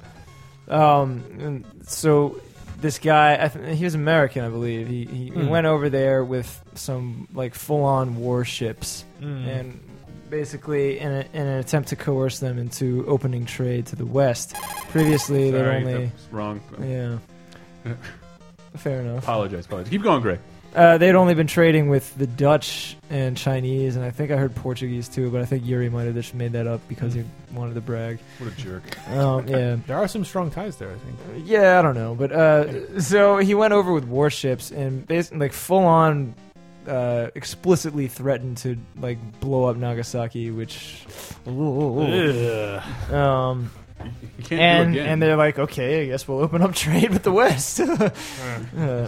Speaker 1: um, and so this guy, I th- he was American, I believe. He he, he
Speaker 3: Hmm.
Speaker 1: went over there with some like full-on warships
Speaker 3: Mm.
Speaker 1: and basically in, a, in an attempt to coerce them into opening trade to the West. Previously, they
Speaker 2: Sorry,
Speaker 1: only
Speaker 2: that's wrong.
Speaker 1: yeah. Fair enough.
Speaker 2: Apologize, apologize. Keep going, Greg.
Speaker 1: Uh, they'd only been trading with the Dutch and Chinese, and I think I heard Portuguese too, but I think Yuri might have just made that up because he wanted to brag.
Speaker 2: What a jerk.
Speaker 1: Um, yeah.
Speaker 3: There are some strong ties there, I think.
Speaker 1: Yeah, I don't know, but uh, so he went over with warships and basically like full on, uh, explicitly threatened to like blow up Nagasaki, which, um,
Speaker 2: You can't
Speaker 1: and
Speaker 2: do it again.
Speaker 1: and they're like, okay, I guess we'll open up trade with the West. Uh,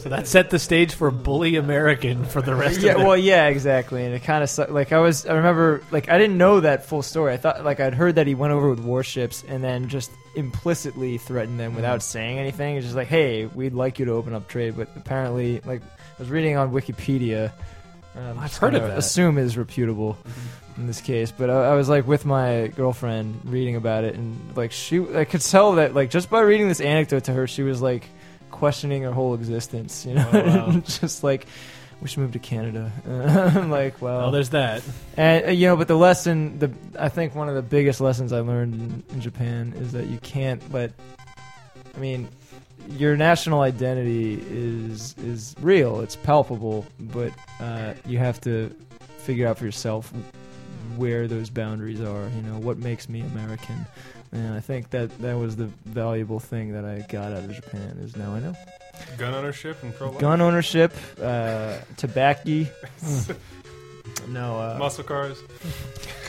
Speaker 3: So that set the stage for bully American for the rest
Speaker 1: yeah,
Speaker 3: of the
Speaker 1: well, yeah, exactly, and it kind of su- like I was, I remember, like I didn't know that full story. I thought like I'd heard that he went over with warships and then just implicitly threatened them
Speaker 3: Hmm.
Speaker 1: without saying anything. It's just like, hey, we'd like you to open up trade, but apparently, like I was reading on Wikipedia. Um,
Speaker 3: I've heard of that. Mm-hmm.
Speaker 1: Assume is reputable in this case, but I, I was like with my girlfriend reading about it, and like she, I could tell that like just by reading this anecdote to her, she was like questioning her whole existence, you know,
Speaker 3: Oh, wow.
Speaker 1: just like we should move to Canada. I'm like,
Speaker 3: Oh,
Speaker 1: well,
Speaker 3: there's that.
Speaker 1: and uh, you know, but the lesson, the I think one of the biggest lessons I learned in, in Japan is that you can't let. I mean, your national identity is is real. It's palpable, but uh, you have to figure out for yourself where those boundaries are. You know, what makes me American. And I think that that was the valuable thing that I got out of Japan is now I know
Speaker 4: Gun ownership and pro-life.
Speaker 1: gun ownership, uh, tobacco. no, uh,
Speaker 4: Muscle cars.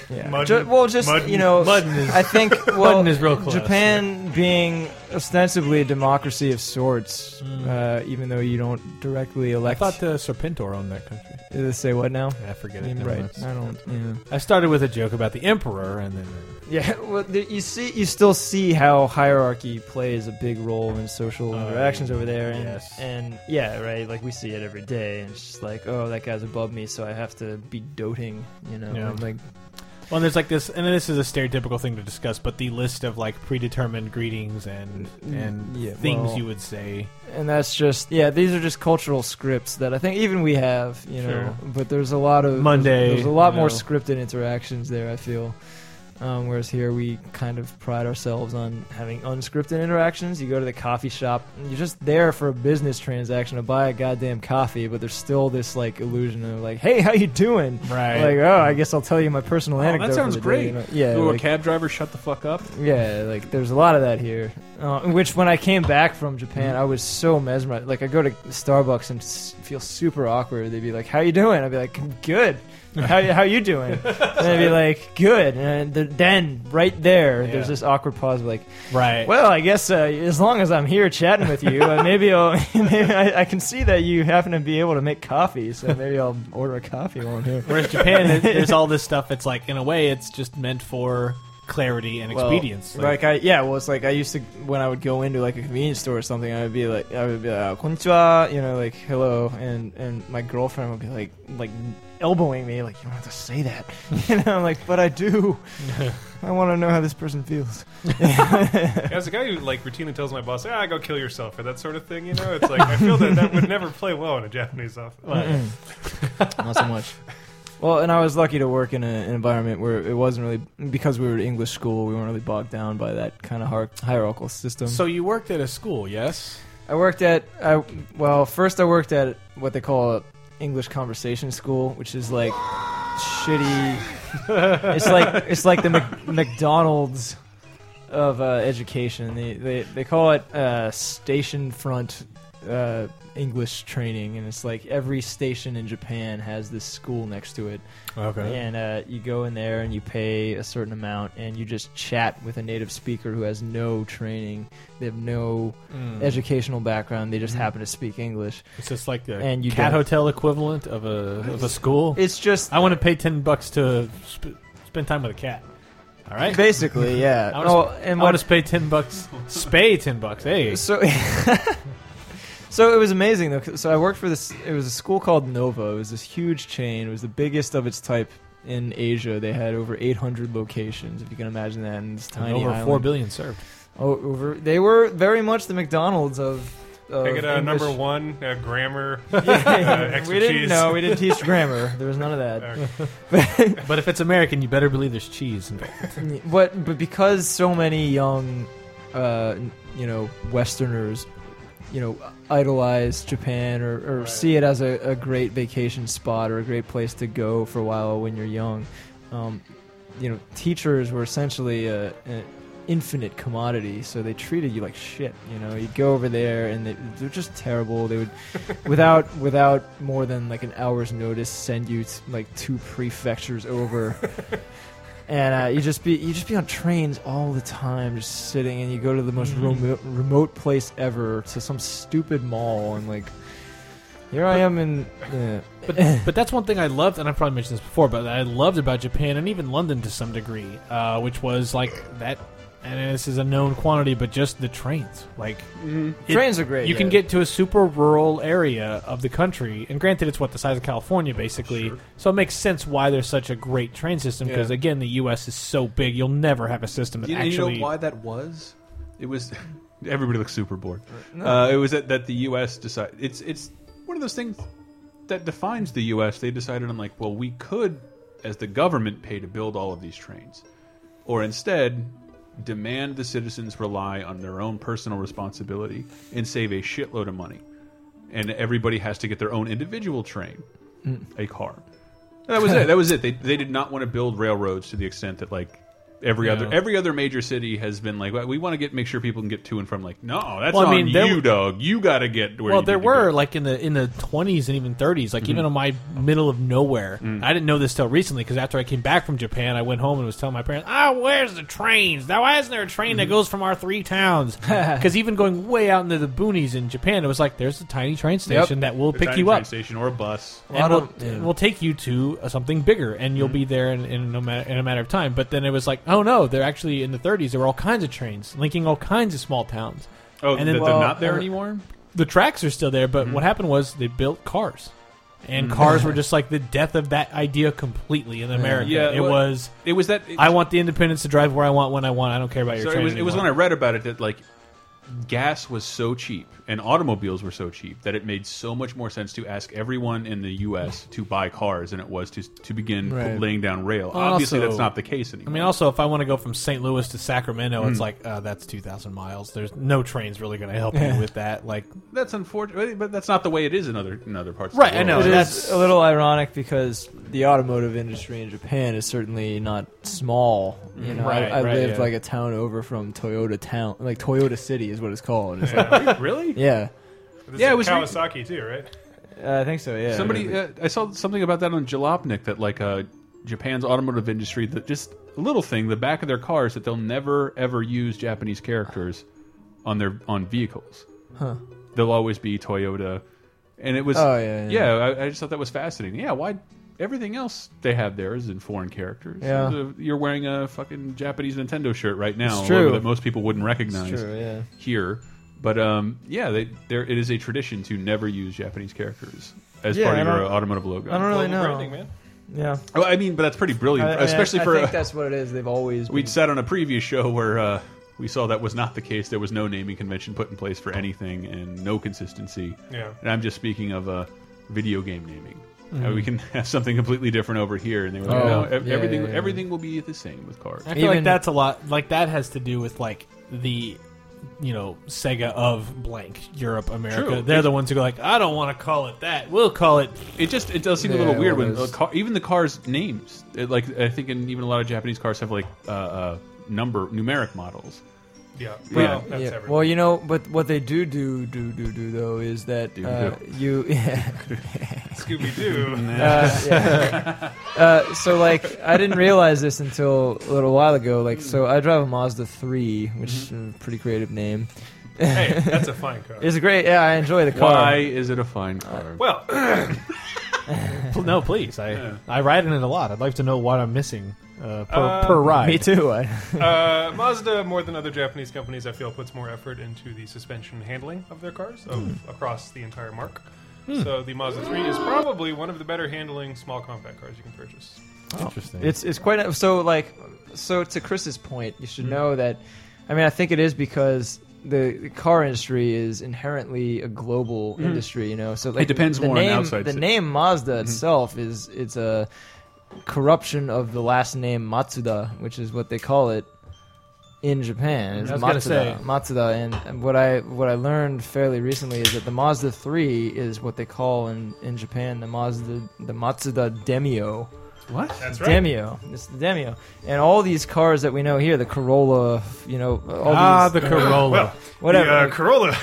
Speaker 1: yeah.
Speaker 4: mud-
Speaker 1: Ju- well, just
Speaker 4: mud-
Speaker 1: you know,
Speaker 3: Mudden is,
Speaker 1: I think well,
Speaker 3: Mudden is real close.
Speaker 1: Japan being ostensibly a democracy of sorts,
Speaker 3: Mm.
Speaker 1: uh, even though you don't directly
Speaker 3: I
Speaker 1: elect.
Speaker 3: thought the Serpentor owned that country.
Speaker 1: They say what now?
Speaker 3: I forget
Speaker 1: I
Speaker 3: it.
Speaker 1: mean,
Speaker 3: never
Speaker 1: right?
Speaker 3: mind.
Speaker 1: I don't. Yeah.
Speaker 3: I started with a joke about the emperor, and then
Speaker 1: Yeah, well, the, you see, you still see how hierarchy plays a big role in social
Speaker 3: Oh,
Speaker 1: interactions over there, and
Speaker 3: yes.
Speaker 1: and yeah, right, like we see it every day, and it's just like, oh, that guy's above me, so I have to be doting, you know,
Speaker 3: Yeah.
Speaker 1: I'm like,
Speaker 3: Well, and there's like this, and this is a stereotypical thing to discuss, but the list of like predetermined greetings and and
Speaker 1: Mm, yeah,
Speaker 3: things
Speaker 1: well-
Speaker 3: you would say.
Speaker 1: and that's just yeah. These are just cultural scripts that I think even we have, you know.
Speaker 3: Sure.
Speaker 1: But there's a lot of
Speaker 3: Monday,
Speaker 1: There's, there's a lot
Speaker 3: you
Speaker 1: more
Speaker 3: know.
Speaker 1: scripted interactions there. I feel. Um, whereas here we kind of pride ourselves on having unscripted interactions. You go to the coffee shop, and you're just there for a business transaction to buy a goddamn coffee, but there's still this like illusion of like, "Hey, how you doing?"
Speaker 3: Right.
Speaker 1: Like, "Oh, I guess I'll tell you my personal
Speaker 2: Oh,
Speaker 1: anecdote."
Speaker 2: that
Speaker 1: for
Speaker 2: sounds
Speaker 1: the day,"
Speaker 2: great.
Speaker 1: you know? Yeah.
Speaker 2: Ooh,
Speaker 1: like-
Speaker 2: a cab driver, shut the fuck up.
Speaker 1: yeah, like there's a lot of that here. Uh, which when I came back from Japan, I was so mesmerized. Like I go to Starbucks and s- feel super awkward. They'd be like, "How you doing?" I'd be like, "I'm "Good." How you- how you doing? And they'd be like, "Good." And th- then right there,
Speaker 3: Yeah.
Speaker 1: there's this awkward pause. Like,
Speaker 3: Right.
Speaker 1: well, I guess uh, as long as I'm here chatting with you, uh, maybe, I'll, maybe I, I can see that you happen to be able to make coffee, so maybe I'll order a coffee while I'm here.
Speaker 3: Whereas Japan, there- there's all this stuff. It's like in a way, it's just meant for clarity and expedience.
Speaker 1: Well, like, I yeah, well, it's like I used to when I would go into like a convenience store or something, I would be like, I would be like, oh, konnichiwa, you know, like hello, and and my girlfriend would be like, like elbowing me, like you don't have to say that, and I'm like, but I do. I want to know how this person feels.
Speaker 4: As a guy who like routinely tells my boss, "Ah, go kill yourself" or that sort of thing, you know, it's like I feel that that would never play well in a Japanese office. Well,
Speaker 1: Not so much. Well, and I was lucky to work in a, an environment where it wasn't really because we were at English school, we weren't really bogged down by that kind of hier- hierarchical system.
Speaker 3: so you worked at a school, yes?
Speaker 1: I worked at I well first I worked at what they call a English conversation school, which is like shitty. it's like it's like the Mc, McDonald's of uh, education. They, they they call it uh, station front uh, English training, and it's like every station in Japan has this school next to it.
Speaker 3: Okay.
Speaker 1: And uh, you go in there and you pay a certain amount, and you just chat with a native speaker who has no training. They have no
Speaker 4: Mm.
Speaker 1: educational background. They just happen to speak English.
Speaker 3: It's just like the
Speaker 1: And you
Speaker 3: cat
Speaker 1: don't-
Speaker 3: hotel equivalent of a of a school.
Speaker 1: It's just
Speaker 3: I want to pay ten bucks to sp- spend time with a cat. All right.
Speaker 1: basically, yeah.
Speaker 3: I wanna
Speaker 1: oh, and
Speaker 3: I want
Speaker 1: what?
Speaker 3: to pay ten bucks. Spay ten bucks. Hey.
Speaker 1: So, so it was amazing though. 'cause- So I worked for this. It was a school called Nova. It was this huge chain. It was the biggest of its type in Asia. They had over 800 locations, if you can imagine that. in this tiny
Speaker 3: over
Speaker 1: island.
Speaker 3: four billion served.
Speaker 1: Oh, over. They were very much the McDonald's of. of
Speaker 4: I get a
Speaker 1: English-
Speaker 4: number one uh, grammar.
Speaker 3: uh,
Speaker 1: Yeah,
Speaker 4: extra
Speaker 1: we didn't
Speaker 4: cheese.
Speaker 1: know. We didn't teach grammar. There was none of that.
Speaker 4: Okay.
Speaker 3: But if it's American, you better believe there's cheese. involved.
Speaker 1: But but because so many young, uh, you know, Westerners, you know, idolize Japan or, or
Speaker 4: Right.
Speaker 1: see it as a, a great vacation spot or a great place to go for a while when you're young, um, you know, teachers were essentially a. an Infinite commodity, so they treated you like shit. You know, you'd go over there, and they, they're just terrible. They would, without without more than like an hour's notice, send you t- like two prefectures over and uh, you just be you just be on trains all the time, just sitting, and you go to the most
Speaker 3: Mm-hmm.
Speaker 1: remote, remote place ever to some stupid mall, and like here I am in. Yeah.
Speaker 3: But but that's one thing I loved, and I probably mentioned this before, but I loved about Japan and even London to some degree, uh, which was like that. And this is a known quantity, but just the trains, like it-
Speaker 1: Trains are great.
Speaker 3: You can
Speaker 1: yeah.
Speaker 3: get to a super rural area of the country, and granted, it's what the size of California, basically. So it makes sense why there's such a great train system because
Speaker 2: Yeah.
Speaker 3: again, the U.S. is so big, you'll never have a system that
Speaker 2: You, you
Speaker 3: actually.
Speaker 2: know why that was? It was everybody looks super bored. Uh, it was that, that the U.S. decided it's it's one of those things that defines the U.S. They decided on like, well, we could, as the government, pay to build all of these trains, or instead demand the citizens rely on their own personal responsibility and save a shitload of money, and everybody has to get their own individual train,
Speaker 3: Mm.
Speaker 2: a car. That was it. That was it. They they did not want to build railroads to the extent that like every
Speaker 3: Yeah.
Speaker 2: other every other major city has been like well, we want to get make sure people can get to and from. Like no, that's
Speaker 3: Well, I
Speaker 2: on
Speaker 3: mean, there
Speaker 2: you,
Speaker 3: were-
Speaker 2: dog. You got to get where.
Speaker 3: well,
Speaker 2: you
Speaker 3: there
Speaker 2: need to
Speaker 3: were
Speaker 2: go.
Speaker 3: like in the in the 20s and even 30s, like even in my middle of nowhere. I didn't know this till recently because after I came back from Japan, I went home and was telling my parents, "Ah, where's the trains? Now, why isn't there a train that goes from our three towns?" Because even going way out into the boonies in Japan, it was like there's a tiny train station that will
Speaker 2: A
Speaker 3: pick
Speaker 2: tiny
Speaker 3: you
Speaker 2: train
Speaker 3: up.
Speaker 2: station or a bus.
Speaker 1: A lot
Speaker 3: and we'll,
Speaker 1: of- yeah. Mm-hmm.
Speaker 3: we'll take you to uh, something bigger, and you'll be there in, in, no matter, in a matter of time. But then it was like, oh no, they're actually in the 30s. There were all kinds of trains linking all kinds of small towns.
Speaker 2: Oh,
Speaker 3: and
Speaker 2: that
Speaker 3: then
Speaker 2: they're
Speaker 1: well,
Speaker 2: not there
Speaker 1: uh,
Speaker 2: anymore. Mm-hmm.
Speaker 3: the tracks are still there, but what happened was they built cars. and cars were just like the death of that idea completely in America.
Speaker 2: Yeah,
Speaker 3: it
Speaker 2: well,
Speaker 3: was.
Speaker 2: It was that
Speaker 3: I want the independence to drive where I want when I want. I don't care about your.
Speaker 2: So it
Speaker 3: train
Speaker 2: was, it was when
Speaker 3: anymore.
Speaker 2: I read about it that like gas was so cheap and automobiles were so cheap that it made so much more sense to ask everyone in the U.S. to buy cars than it was to to begin
Speaker 1: Right.
Speaker 2: laying down rail.
Speaker 3: Also-
Speaker 2: Obviously, that's not the case anymore.
Speaker 3: I mean, also, if I want to go from St. Louis to Sacramento,
Speaker 2: Mm.
Speaker 3: it's like uh, that's two thousand miles. There's no trains really going to help you with that. Like,
Speaker 2: that's unfortunate, but that's not the way it is in other in other parts.
Speaker 3: Right,
Speaker 2: of the
Speaker 3: I know.
Speaker 2: world.
Speaker 1: It is
Speaker 3: that's-
Speaker 1: a little ironic because the automotive industry in Japan is certainly not small. You know,
Speaker 3: Right,
Speaker 1: I, I
Speaker 3: right,
Speaker 1: lived
Speaker 3: yeah.
Speaker 1: like a town over from Toyota Town, like Toyota City is what it's called. It's like,
Speaker 2: really.
Speaker 1: yeah,
Speaker 4: This
Speaker 2: Yeah,
Speaker 4: is
Speaker 2: it was re-
Speaker 4: Kawasaki too, right?
Speaker 1: Uh, I think so. Yeah,
Speaker 2: Somebody, uh, I saw something about that on Jalopnik that like uh, Japan's automotive industry that just a little thing, the back of their cars that they'll never ever use Japanese characters on their on vehicles.
Speaker 1: Huh.
Speaker 2: They'll always be Toyota, and it was
Speaker 1: Oh, yeah, yeah.
Speaker 2: I, I just thought that was fascinating. Yeah, why everything else they have there is in foreign characters.
Speaker 1: Yeah.
Speaker 2: There's a- you're wearing a fucking Japanese Nintendo shirt right now
Speaker 1: It's
Speaker 2: all over
Speaker 1: true.
Speaker 2: that most people wouldn't recognize
Speaker 1: It's true, yeah.
Speaker 2: here. But um, yeah, they, there it is a tradition to never use Japanese characters as
Speaker 1: Yeah,
Speaker 2: part of
Speaker 1: I
Speaker 2: your
Speaker 1: don't-
Speaker 2: automotive logo.
Speaker 1: Oh, I don't really
Speaker 4: Global
Speaker 1: know.
Speaker 4: branding, man.
Speaker 1: Yeah,
Speaker 2: Well, I mean, but that's pretty brilliant,
Speaker 1: I- I mean,
Speaker 2: especially
Speaker 1: I,
Speaker 2: for.
Speaker 1: I think
Speaker 2: uh,
Speaker 1: that's what it is. They've always
Speaker 2: we'd
Speaker 1: been-
Speaker 2: said on a previous show where uh, we saw that was not the case. There was no naming convention put in place for anything, and no consistency.
Speaker 4: Yeah.
Speaker 2: And I'm just speaking of uh, video game naming. Uh, we can have something completely different over here, and they were like,
Speaker 1: Mm-hmm. Oh,
Speaker 2: "No, ev-
Speaker 1: yeah,
Speaker 2: everything,
Speaker 1: yeah, yeah.
Speaker 2: everything will be the same with cars."
Speaker 3: I feel like
Speaker 1: Even-
Speaker 3: that's a lot. Like that has to do with like the, you know, Sega of blank Europe America.
Speaker 2: True.
Speaker 3: They're the ones who go like, I don't want to call it that. We'll call it.
Speaker 2: It just it does seem a
Speaker 1: Yeah,
Speaker 2: little weird
Speaker 1: well,
Speaker 2: when a
Speaker 1: there's-
Speaker 2: car, even the cars' names. It, like I think, in even a lot of Japanese cars have like uh, uh, number numeric models.
Speaker 4: Yeah.
Speaker 2: Yeah.
Speaker 4: Well, that's
Speaker 1: Yeah.
Speaker 4: everything.
Speaker 1: Well, you know, but what they do do do do do though is that
Speaker 2: Do
Speaker 1: uh, you.
Speaker 4: Scooby Doo.
Speaker 1: Uh, yeah. uh, so like I didn't realize this until a little while ago. Like so, I drive a Mazda three, which is a pretty creative name.
Speaker 4: hey, that's a fine car.
Speaker 1: It's great. Yeah, I enjoy the car.
Speaker 2: Why is it a fine car?
Speaker 4: well,
Speaker 3: Pl- No, please. I I ride in it a lot. I'd like to know what I'm missing uh, per,
Speaker 4: Uh,
Speaker 3: per ride.
Speaker 1: Me too. I,
Speaker 4: uh, Mazda, more than other Japanese companies, I feel puts more effort into the suspension handling of their cars of,
Speaker 1: Hmm.
Speaker 4: across the entire mark. So the Mazda 3 is probably one of the better handling small compact cars you can purchase.
Speaker 3: Interesting.
Speaker 1: it's it's quite so like so to Chris's point. You should know that. I mean, I think it is because. The, the car industry is inherently a global industry, you know. So like,
Speaker 2: depends
Speaker 1: the
Speaker 2: more on
Speaker 1: name,
Speaker 2: outside
Speaker 1: The
Speaker 2: sit-
Speaker 1: name Mazda itself is it's a corruption of the last name Matsuda, which is what they call it in Japan. It's
Speaker 3: I was gonna
Speaker 1: Matsuda.
Speaker 3: say.
Speaker 1: Matsuda, and- and what I what I learned fairly recently is that the Mazda three is what they call in, in Japan the Mazda the Matsuda Demio.
Speaker 2: What?
Speaker 4: That's
Speaker 1: Demio. It's the Demio, and all these cars that we know here, the Corolla, you know, all
Speaker 3: ah,
Speaker 1: these uh,
Speaker 3: the Corolla.
Speaker 4: Well,
Speaker 1: whatever.
Speaker 4: The, uh, Corolla.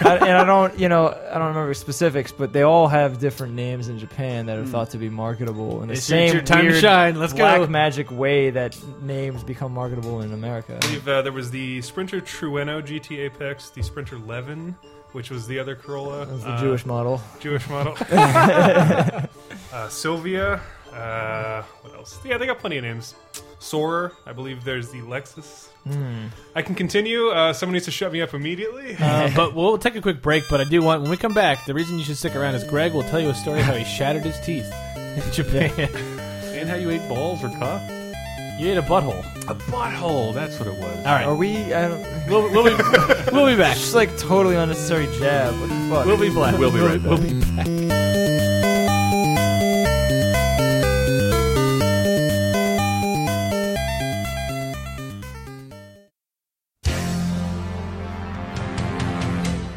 Speaker 1: I, and I don't, you know, I don't remember specifics, but they all have different names in Japan that are thought to be marketable in the
Speaker 3: Hmm. It's your-
Speaker 1: same
Speaker 3: it's your time to
Speaker 1: weird
Speaker 3: shine. Let's
Speaker 1: black
Speaker 3: go.
Speaker 1: magic way that names become marketable in America.
Speaker 4: I believe, uh, there was the Sprinter Trueno GT Apex, the Sprinter Levin, which was the other Corolla.
Speaker 1: That's the
Speaker 4: uh,
Speaker 1: Jewish model.
Speaker 4: Jewish model. uh, Sylvia. Uh, what else? Yeah, they got plenty of names. Sorer. I believe there's the Lexus. I can continue. Uh, someone needs to shut me up immediately.
Speaker 3: Uh, but we'll take a quick break. But I do want when we come back, the reason you should stick around is Greg will tell you a story how he shattered his teeth in Japan.
Speaker 2: And how you ate balls or cock?
Speaker 3: you ate a butthole.
Speaker 2: A butthole. That's what it was.
Speaker 3: All right,
Speaker 1: Are we? I don't,
Speaker 3: we'll, we'll be, we'll be back.
Speaker 1: it's just like totally unnecessary jab. What the fuck?
Speaker 3: We'll be black.
Speaker 2: We'll be right back.
Speaker 3: We'll be back.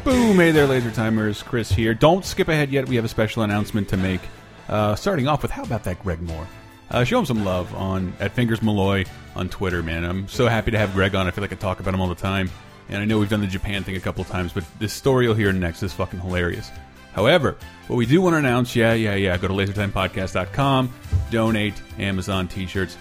Speaker 2: Boom! Hey there, laser timers. Chris here. Don't skip ahead yet. We have a special announcement to make. Uh, starting off with, how about that Greg Moore? Uh, show him some love on at Fingers Malloy on Twitter, man. I'm so happy to have Greg on. I feel like I talk about him all the time, and I know we've done the Japan thing a couple of times, but this story you'll hear next is fucking hilarious. However, what we do want to announce, yeah, yeah, yeah, go to lasertimepodcast.com, donate Amazon T-shirts.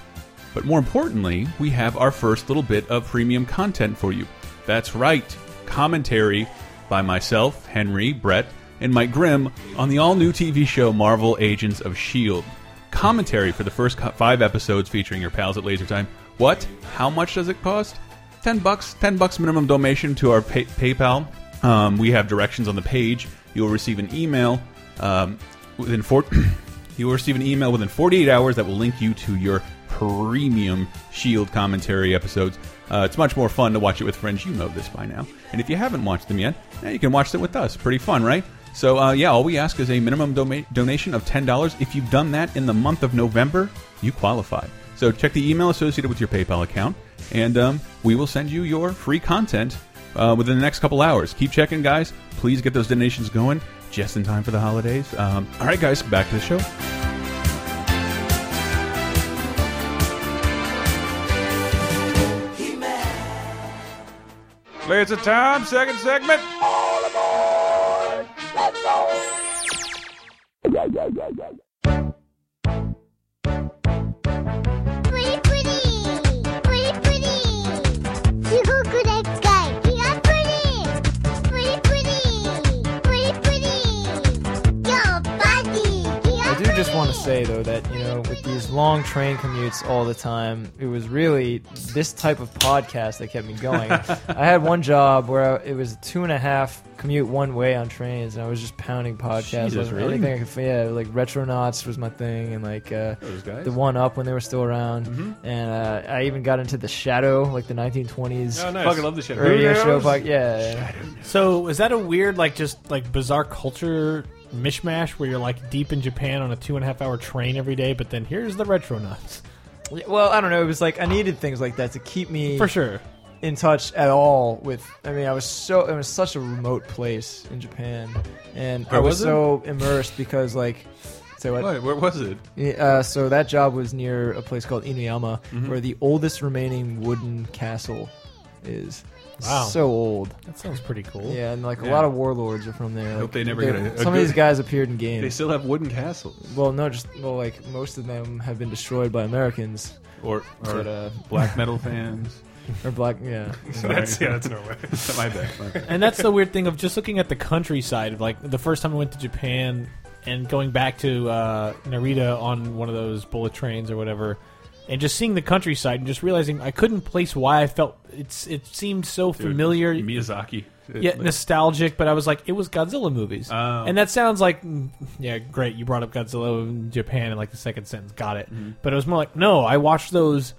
Speaker 2: But more importantly, we have our first little bit of premium content for you. That's right, commentary by myself, Henry, Brett, and Mike Grimm on the all new TV show Marvel Agents of S.H.I.E.L.D. E Commentary for the first co- five episodes featuring your pals at Laser Time. What? How much does it cost? 10 bucks 10 bucks minimum donation to our pay paypal um, we have directions on the page you will receive an email um, within four. you will receive an email within 48 hours that will link you to your premium Shield E commentary episodes. Uh, it's much more fun to watch it with friends. You know this by now. And if you haven't watched them yet, now you can watch them with us. Pretty fun, right? So uh, yeah, all we ask is a minimum doma- donation of ten dollars. If you've done that in the month of November, you qualify. So check the email associated with your PayPal account, and um, we will send you your free content uh, within the next couple hours. Keep checking, guys. Please get those donations going just in time for the holidays. Um, all right, guys, back to the show. It's a time, second segment.
Speaker 6: Pretty pretty, pretty pretty. You look good at sky. You are pretty, pretty pretty, pretty pretty. Your body, you
Speaker 1: I
Speaker 6: are
Speaker 1: do just want to say
Speaker 6: pretty.
Speaker 1: though that you know with these long train commutes all the time, it was really this type of podcast that kept me going. I had one job where I, it was two and a half commute one way on trains, and I was just pounding podcasts.
Speaker 2: Jesus,
Speaker 1: like,
Speaker 2: really?
Speaker 1: Anything I could, fi- yeah, like Retronauts was my thing, and like uh,
Speaker 2: Those guys. Mm-hmm.
Speaker 1: the One Up when they were still around, and uh, I even got into the Shadow, like the 1920s
Speaker 4: Oh, nice.
Speaker 2: Fucking love the show.
Speaker 1: radio
Speaker 4: Who
Speaker 1: show.
Speaker 4: knows?
Speaker 1: Pod- yeah,
Speaker 3: So is that a weird, like, just like bizarre culture mishmash where you're like deep in Japan on a two and a half hour train every day, but then here's the retro nuts
Speaker 1: well, I don't know. It was like I needed things like that to keep me
Speaker 3: for sure.
Speaker 1: in touch at all with I mean I was so it was such a remote place in Japan and I
Speaker 2: Where
Speaker 1: was,
Speaker 2: was it?
Speaker 1: so immersed because like say what
Speaker 2: What, where was it?
Speaker 1: Yeah, uh, so that job was near a place called Inuyama
Speaker 2: Mm-hmm.
Speaker 1: where the oldest remaining wooden castle is
Speaker 3: Wow.
Speaker 1: so old
Speaker 3: That sounds pretty cool.
Speaker 1: yeah and like a
Speaker 2: Yeah.
Speaker 1: lot of warlords are from there I
Speaker 2: hope they never get a- a
Speaker 1: some of
Speaker 2: good-
Speaker 1: these guys appeared in
Speaker 2: They
Speaker 1: games
Speaker 2: still have wooden castles,
Speaker 1: well no just well like most of them have been destroyed by Americans
Speaker 2: or, or
Speaker 1: But, uh,
Speaker 2: black metal fans.
Speaker 1: or black yeah
Speaker 2: Sorry.
Speaker 4: That's, yeah, that's Norway.
Speaker 2: my bad. my bad.
Speaker 3: And that's the weird thing of just looking at the countryside of like the first time I went to Japan and going back to uh, Narita on one of those bullet trains or whatever, and just seeing the countryside and just realizing I couldn't place why I felt it's it seemed so
Speaker 2: Dude,
Speaker 3: familiar
Speaker 2: Miyazaki.
Speaker 3: yet nostalgic, but I was like, it was Godzilla movies,
Speaker 2: Oh.
Speaker 3: and that sounds like, mm, yeah, great. You brought up Godzilla in Japan in like the second sentence, got it.
Speaker 1: Mm-hmm.
Speaker 3: But it was more like, no, I watched those.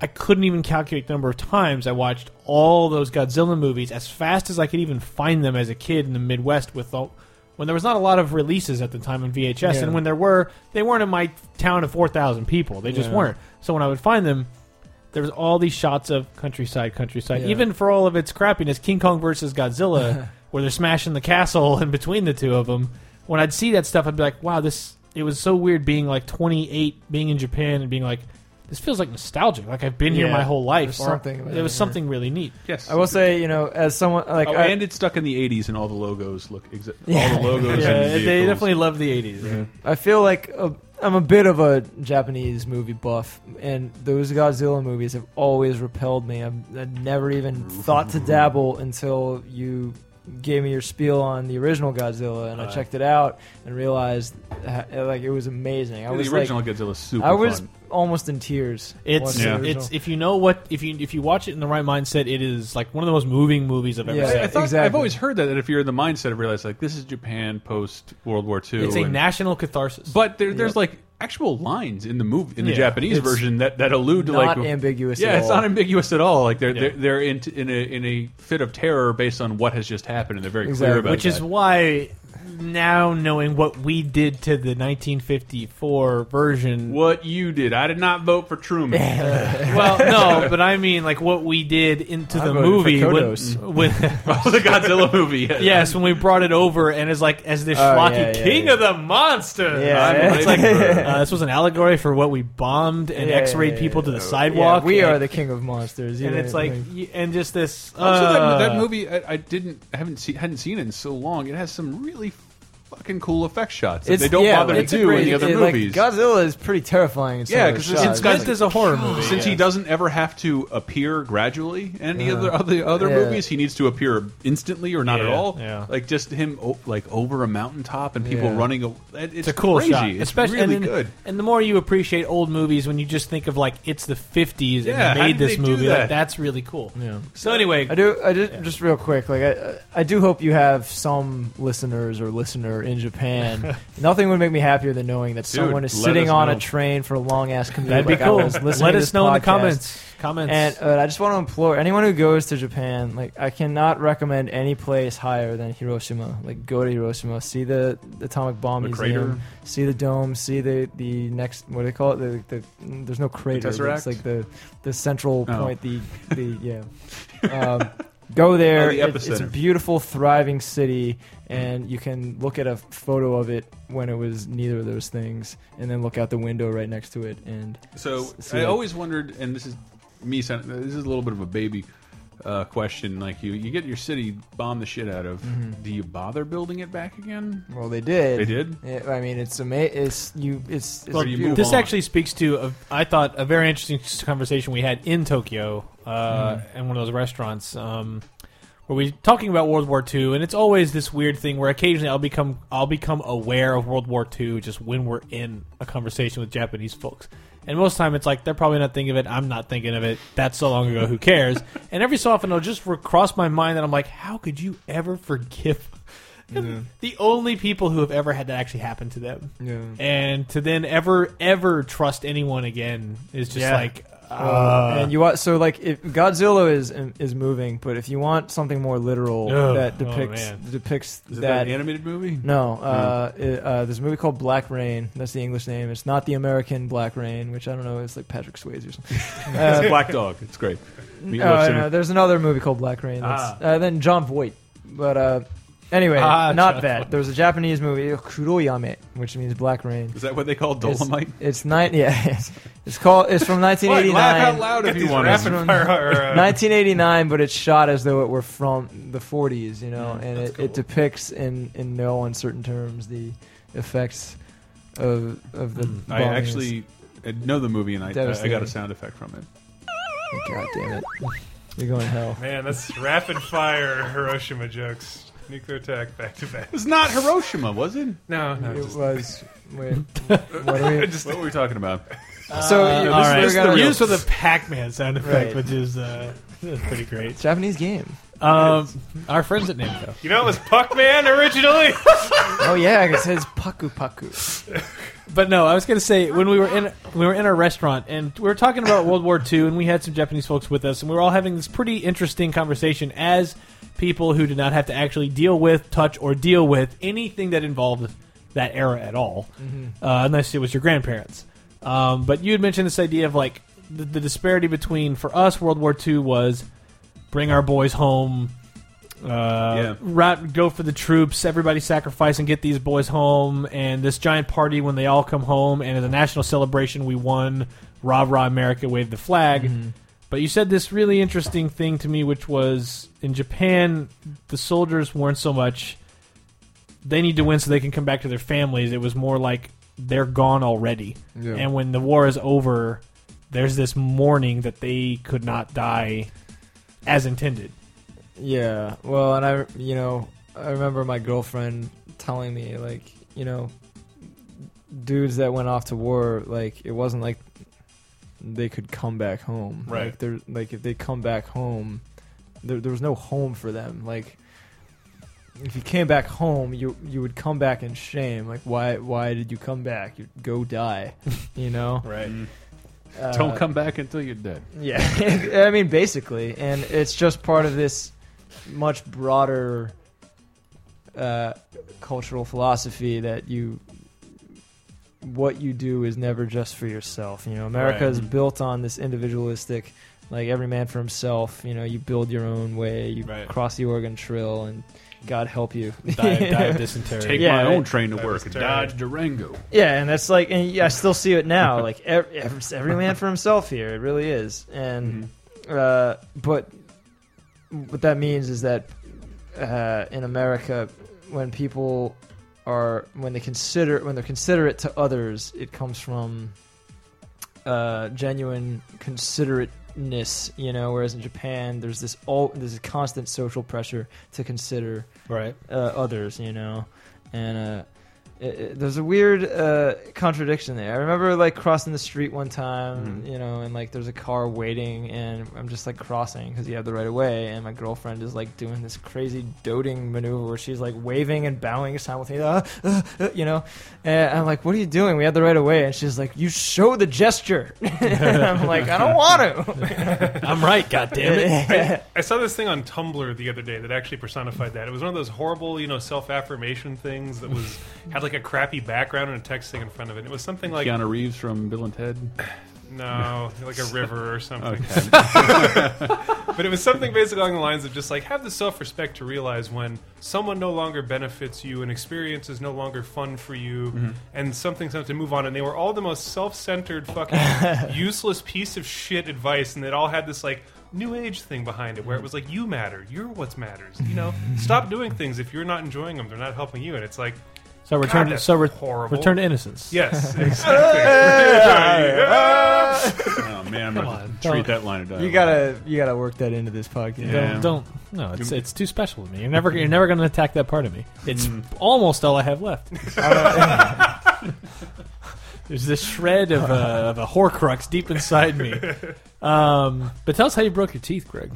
Speaker 3: I couldn't even calculate the number of times I watched all those Godzilla movies as fast as I could even find them as a kid in the Midwest with all. When there was not a lot of releases at the time on VHS,
Speaker 1: Yeah.
Speaker 3: and when there were, they weren't in my town of four thousand people. They just
Speaker 1: Yeah.
Speaker 3: weren't. So when I would find them, there was all these shots of countryside, countryside.
Speaker 1: Yeah.
Speaker 3: Even for all of its crappiness, King Kong versus Godzilla, where they're smashing the castle in between the two of them. When I'd see that stuff, I'd be like, "Wow, this." It was so weird being like 28, being in Japan, and being like, "This feels like nostalgic. Like I've been here
Speaker 1: Yeah.
Speaker 3: my whole life."
Speaker 1: There's
Speaker 3: or-
Speaker 1: something about
Speaker 3: There was
Speaker 1: it, yeah.
Speaker 3: something really neat.
Speaker 2: Yes.
Speaker 1: I will say you know as someone like
Speaker 2: Oh,
Speaker 1: I,
Speaker 2: and it's stuck in the '80s, and all the logos look exa-
Speaker 1: Yeah.
Speaker 2: all the logos.
Speaker 3: Yeah,
Speaker 2: and
Speaker 3: they
Speaker 2: vehicles.
Speaker 3: definitely loved the 80s.
Speaker 1: I feel like i I'm a bit of a Japanese movie buff, and those Godzilla movies have always repelled me. I've, I've never even thought to dabble until you gave me your spiel on the original Godzilla, and I
Speaker 2: Right.
Speaker 1: checked it out and realized ha- like it was amazing. I
Speaker 2: The
Speaker 1: was
Speaker 2: original
Speaker 1: like,
Speaker 2: Godzilla is super
Speaker 1: I was
Speaker 2: fun.
Speaker 1: almost in tears.
Speaker 3: It's
Speaker 1: watching the
Speaker 2: Yeah.
Speaker 1: original.
Speaker 3: it's if you know what if you if you watch it in the right mindset, it is like one of the most moving movies I've ever
Speaker 1: Yeah.
Speaker 2: I, I
Speaker 3: seen.
Speaker 2: thought, I've
Speaker 1: exactly.
Speaker 2: always heard that, that if you're in the mindset of realize like this is Japan post World War II,
Speaker 3: It's a
Speaker 2: and-
Speaker 3: national catharsis.
Speaker 2: but there, there's like actual lines in the movie in the
Speaker 3: Yeah,
Speaker 2: Japanese
Speaker 1: it's
Speaker 2: version that, that allude to
Speaker 1: not
Speaker 2: like
Speaker 1: ambiguous
Speaker 2: Yeah,
Speaker 1: at
Speaker 2: it's
Speaker 1: all.
Speaker 2: not ambiguous at all. Like they're
Speaker 3: Yeah.
Speaker 2: they're, they're in, in a in a fit of terror based on what has just happened, and they're very clear
Speaker 1: Exactly.
Speaker 2: about
Speaker 3: Which
Speaker 2: that.
Speaker 3: is why now knowing what we did to the 1954 version.
Speaker 2: what you did. I did not vote for Truman.
Speaker 3: Well, no, but I mean like what we did into
Speaker 1: I
Speaker 3: the
Speaker 1: voted for
Speaker 3: movie
Speaker 1: Kodos.
Speaker 3: when, when
Speaker 2: Oh, the Godzilla movie. Yes.
Speaker 3: yes, when we brought it over and is like as the schlocky
Speaker 1: yeah, yeah,
Speaker 3: king
Speaker 1: yeah.
Speaker 3: of the monsters.
Speaker 1: Yeah,
Speaker 2: I'm
Speaker 1: yeah.
Speaker 2: waiting
Speaker 3: It's like
Speaker 2: for-
Speaker 3: uh, this was an allegory for what we bombed and
Speaker 1: Yeah,
Speaker 3: X-rayed
Speaker 1: yeah, yeah,
Speaker 3: people to the
Speaker 1: yeah.
Speaker 3: sidewalk.
Speaker 1: Yeah, we
Speaker 3: and,
Speaker 1: are the king of monsters. you
Speaker 3: and
Speaker 1: know,
Speaker 3: it's like y- and just this. Uh,
Speaker 2: Also, Oh, that, that movie I, I didn't I haven't seen hadn't seen it in so long. It has some really fucking cool effect shots that
Speaker 1: It's-
Speaker 2: they don't
Speaker 1: yeah,
Speaker 2: bother to
Speaker 1: it's a
Speaker 2: do in
Speaker 1: great-
Speaker 2: the other
Speaker 1: it- like,
Speaker 2: movies.
Speaker 1: Godzilla is pretty terrifying. in some
Speaker 2: Yeah,
Speaker 1: of those
Speaker 2: 'cause it's-
Speaker 1: shots.
Speaker 3: it's meant as a horror movie.
Speaker 2: Since he doesn't ever have to appear gradually in any other other, other
Speaker 1: Yeah.
Speaker 2: movies, he needs to appear instantly or not at
Speaker 3: Yeah,
Speaker 2: all.
Speaker 3: yeah.
Speaker 2: Like just him o- like over a mountaintop and people
Speaker 1: Yeah.
Speaker 2: running. A, it- it's,
Speaker 3: It's a cool
Speaker 2: crazy.
Speaker 3: shot,
Speaker 2: It's
Speaker 3: especially
Speaker 2: really
Speaker 3: and then-
Speaker 2: good.
Speaker 3: And the more you appreciate old movies, when you just think of like it's the fifties
Speaker 2: Yeah,
Speaker 3: and
Speaker 2: how
Speaker 3: they
Speaker 2: did
Speaker 3: made this
Speaker 2: they do
Speaker 3: movie,
Speaker 2: that?
Speaker 3: like that's really cool. Yeah. So anyway,
Speaker 1: I do. I just, just real quick. Like I, I do hope you have some listeners or listener or in Japan, nothing would make me happier than knowing that someone is
Speaker 2: let
Speaker 1: sitting
Speaker 2: us
Speaker 1: on
Speaker 2: know.
Speaker 1: a train for a long ass commute.
Speaker 3: That'd be
Speaker 1: like I
Speaker 3: cool.
Speaker 1: was listening
Speaker 3: Let
Speaker 1: to
Speaker 3: us
Speaker 1: this
Speaker 3: know in the
Speaker 1: podcast.
Speaker 3: comments. Comments.
Speaker 1: And uh, I just want to implore anyone who goes to Japan, like I cannot recommend any place higher than Hiroshima. Like go to Hiroshima, see the the atomic bomb
Speaker 2: The
Speaker 1: museum,
Speaker 2: crater.
Speaker 1: see the dome, see the the next what do they call it? The, the, there's no crater. but
Speaker 2: tesseract?
Speaker 1: It's like the the central
Speaker 2: Oh.
Speaker 1: point. The the yeah. Um, go there.
Speaker 2: Oh, the
Speaker 1: It- it's a
Speaker 2: epicenter.
Speaker 1: beautiful, thriving city, and you can look at a photo of it when it was neither of those things, and then look out the window right next to it, and
Speaker 2: So
Speaker 1: See,
Speaker 2: I
Speaker 1: like-
Speaker 2: always wondered, and this is me. sound- This is a little bit of a baby uh, question. Like you, you get your city bombed the shit out of.
Speaker 3: Mm-hmm.
Speaker 2: Do you bother building it back again?
Speaker 1: well, they did.
Speaker 2: They did.
Speaker 1: Yeah, I mean, it's ama- It's you. It's, it's
Speaker 2: Well,
Speaker 1: a
Speaker 2: you
Speaker 1: beautiful-
Speaker 3: This
Speaker 2: on.
Speaker 3: actually speaks to, a, I thought, a very interesting s- conversation we had in Tokyo uh,
Speaker 2: Hmm.
Speaker 3: in one of those restaurants um, where we talking about World War II, and it's always this weird thing where occasionally I'll become I'll become aware of World War II just when we're in a conversation with Japanese folks. And most time it's like they're probably not thinking of it. I'm not thinking of it. That's so long ago. Who cares? and every so often it'll just re- cross my mind that I'm like, how could you ever forgive the only people who have ever had that actually happen to them?
Speaker 1: Yeah.
Speaker 3: and to then ever ever trust anyone again is just
Speaker 1: Yeah.
Speaker 3: like
Speaker 1: Uh,
Speaker 3: uh,
Speaker 1: and you want so like if Godzilla is um, is moving, but if you want something more literal
Speaker 3: Ugh.
Speaker 1: that
Speaker 3: Oh,
Speaker 1: depicts
Speaker 3: man.
Speaker 1: depicts
Speaker 2: Is it that, Hmm.
Speaker 1: that.
Speaker 2: an animated movie?
Speaker 1: no, uh, it, uh, there's a movie called Black Rain. That's the English name. It's not the American Black Rain, which I don't know. It's like Patrick Swayze or something.
Speaker 2: It's
Speaker 1: Uh,
Speaker 2: Black Dog. It's great. Meatloaf's
Speaker 1: uh,
Speaker 2: in
Speaker 1: no,
Speaker 2: it.
Speaker 1: there's another movie called Black Rain. That's,
Speaker 2: Ah.
Speaker 1: uh, then John Voight. But uh, anyway,
Speaker 3: Ah,
Speaker 1: not
Speaker 3: John
Speaker 1: that. There's a Japanese movie, Kuroyame, which means Black Rain.
Speaker 2: Is that what they call Dolomite?
Speaker 1: It's nine. Yeah, it's called. It's from
Speaker 2: What?
Speaker 1: 1989.
Speaker 2: Laugh out loud if
Speaker 4: These
Speaker 2: you want
Speaker 4: rapid
Speaker 2: to.
Speaker 1: to.
Speaker 4: fire are, uh,
Speaker 1: 1989, but it's shot as though it were from the 40s, you know, and it, it depicts in, in no uncertain terms the effects of of the.
Speaker 2: I
Speaker 1: bombings.
Speaker 2: actually I know the movie, and I, I- I got a
Speaker 1: Devastating.
Speaker 2: sound effect from it.
Speaker 1: God damn it! You're going to hell.
Speaker 4: Man, that's rapid fire Hiroshima jokes. Nuclear attack back to back.
Speaker 2: It was not Hiroshima, was it?
Speaker 4: No, no.
Speaker 1: It
Speaker 4: Just,
Speaker 1: was. Wait, what are we? uh,
Speaker 2: What were we talking about?
Speaker 1: so
Speaker 3: all
Speaker 1: you-
Speaker 3: right.
Speaker 1: we're gonna-
Speaker 3: used for the Pac-Man sound effect,
Speaker 1: Right.
Speaker 3: which is uh, that's pretty great.
Speaker 1: Japanese game.
Speaker 3: Um, our friends at Namco.
Speaker 4: you know it was Puckman originally.
Speaker 1: Oh yeah, I guess it says paku paku.
Speaker 3: But no, I was gonna say when we were in we were in a restaurant and we were talking about World War II and we had some Japanese folks with us and we were all having this pretty interesting conversation as people who did not have to actually deal with, touch, or deal with anything that involved that era at all,
Speaker 1: Mm-hmm.
Speaker 3: uh, unless it was your grandparents. Um, but you had mentioned this idea of like the, the disparity between for us World War II was bring our boys home. Uh,
Speaker 2: Yeah.
Speaker 3: route, go for the troops. Everybody sacrifice and get these boys home. And this giant party when they all come home. And as a national celebration, we won. Rah rah, America! Wave the flag. But you said this really interesting thing to me, which was in Japan, the soldiers weren't so much they need to win so they can come back to their families. It was more like they're gone already.
Speaker 1: Yeah.
Speaker 3: And when the war is over, there's this mourning that they could not die as intended.
Speaker 1: Yeah. Well, and I, you know, I remember my girlfriend telling me, like, you know, dudes that went off to war, like, it wasn't like they could come back home.
Speaker 4: Right.
Speaker 1: Like, they're, like if they come back home, there, there was no home for them. Like, if you came back home, you you would come back in shame. Like, why why did you come back? You go die, you know.
Speaker 3: Right.
Speaker 1: Uh,
Speaker 2: Mm. Don't come back until you're dead.
Speaker 1: yeah, I mean, basically, and it's just part of this much broader uh, cultural philosophy that you what you do is never just for yourself. You know, America
Speaker 3: Right.
Speaker 1: is built on this individualistic, like every man for himself. You know, you build your own way, you
Speaker 3: Right.
Speaker 1: cross the Oregon Trail, and God help you.
Speaker 3: Die, die of dysentery.
Speaker 2: Take
Speaker 1: Yeah,
Speaker 2: my
Speaker 1: that-
Speaker 2: own train to
Speaker 4: that
Speaker 2: work
Speaker 4: was
Speaker 2: and
Speaker 4: terrible.
Speaker 2: Dodge Durango.
Speaker 1: Yeah, and that's like, and yeah, I still see it now. Like every, every, every man for himself here. It really is.
Speaker 3: Mm-hmm.
Speaker 1: And uh, but what that means is that uh, in America, when people are when they consider when they're considerate to others, it comes from uh, genuine considerateness. You know, whereas in Japan, there's this all there's a constant social pressure to consider
Speaker 3: Right.
Speaker 1: uh, others, you know, and uh, it, it- there's a weird uh, contradiction there. I remember like crossing the street one time, you know, and like there's a car waiting, and I'm just like crossing because you have the right of way, and my girlfriend is like doing this crazy doting maneuver where she's like waving and bowing simultaneously, "Ah, ah, ah," you know, and I'm like, "What are you doing? We have the right of way," and she's like, "You show the gesture," and I'm like, "I don't want to."
Speaker 3: I'm right, goddammit.
Speaker 4: I, I saw this thing on Tumblr the other day that actually personified that. It was one of those horrible, you know, self affirmation things that was had like a crappy background and a text thing in front of it. It was something like
Speaker 2: Keanu Reeves from Bill and Ted.
Speaker 4: no, like a river or something.
Speaker 2: Okay.
Speaker 4: But it was something basically along the lines of just like have the self respect to realize when someone no longer benefits you, an experience is no longer fun for you,
Speaker 3: Mm-hmm.
Speaker 4: and something's have to move on. And they were all the most self centered, fucking useless piece of shit advice, and it all had this like new age thing behind it where it was like you matter, you're what matters. You know, stop doing things if you're not enjoying them, they're not helping you. And it's like
Speaker 3: So return.
Speaker 4: God,
Speaker 3: to
Speaker 4: that's
Speaker 3: so re-
Speaker 4: horrible.
Speaker 3: return to innocence.
Speaker 4: yes,
Speaker 1: uh,
Speaker 4: exactly.
Speaker 2: Oh man, I'm gonna
Speaker 3: on,
Speaker 2: treat
Speaker 3: don't.
Speaker 2: that line of dialogue.
Speaker 1: you gotta you gotta work that into this podcast.
Speaker 2: Yeah.
Speaker 3: Don't, don't. No, it's it's too special to me. You're never you're never going to attack that part of me. It's
Speaker 4: Mm.
Speaker 3: almost all I have left. There's this shred of a, of a Horcrux deep inside me. Um, but tell us how you broke your teeth, Greg.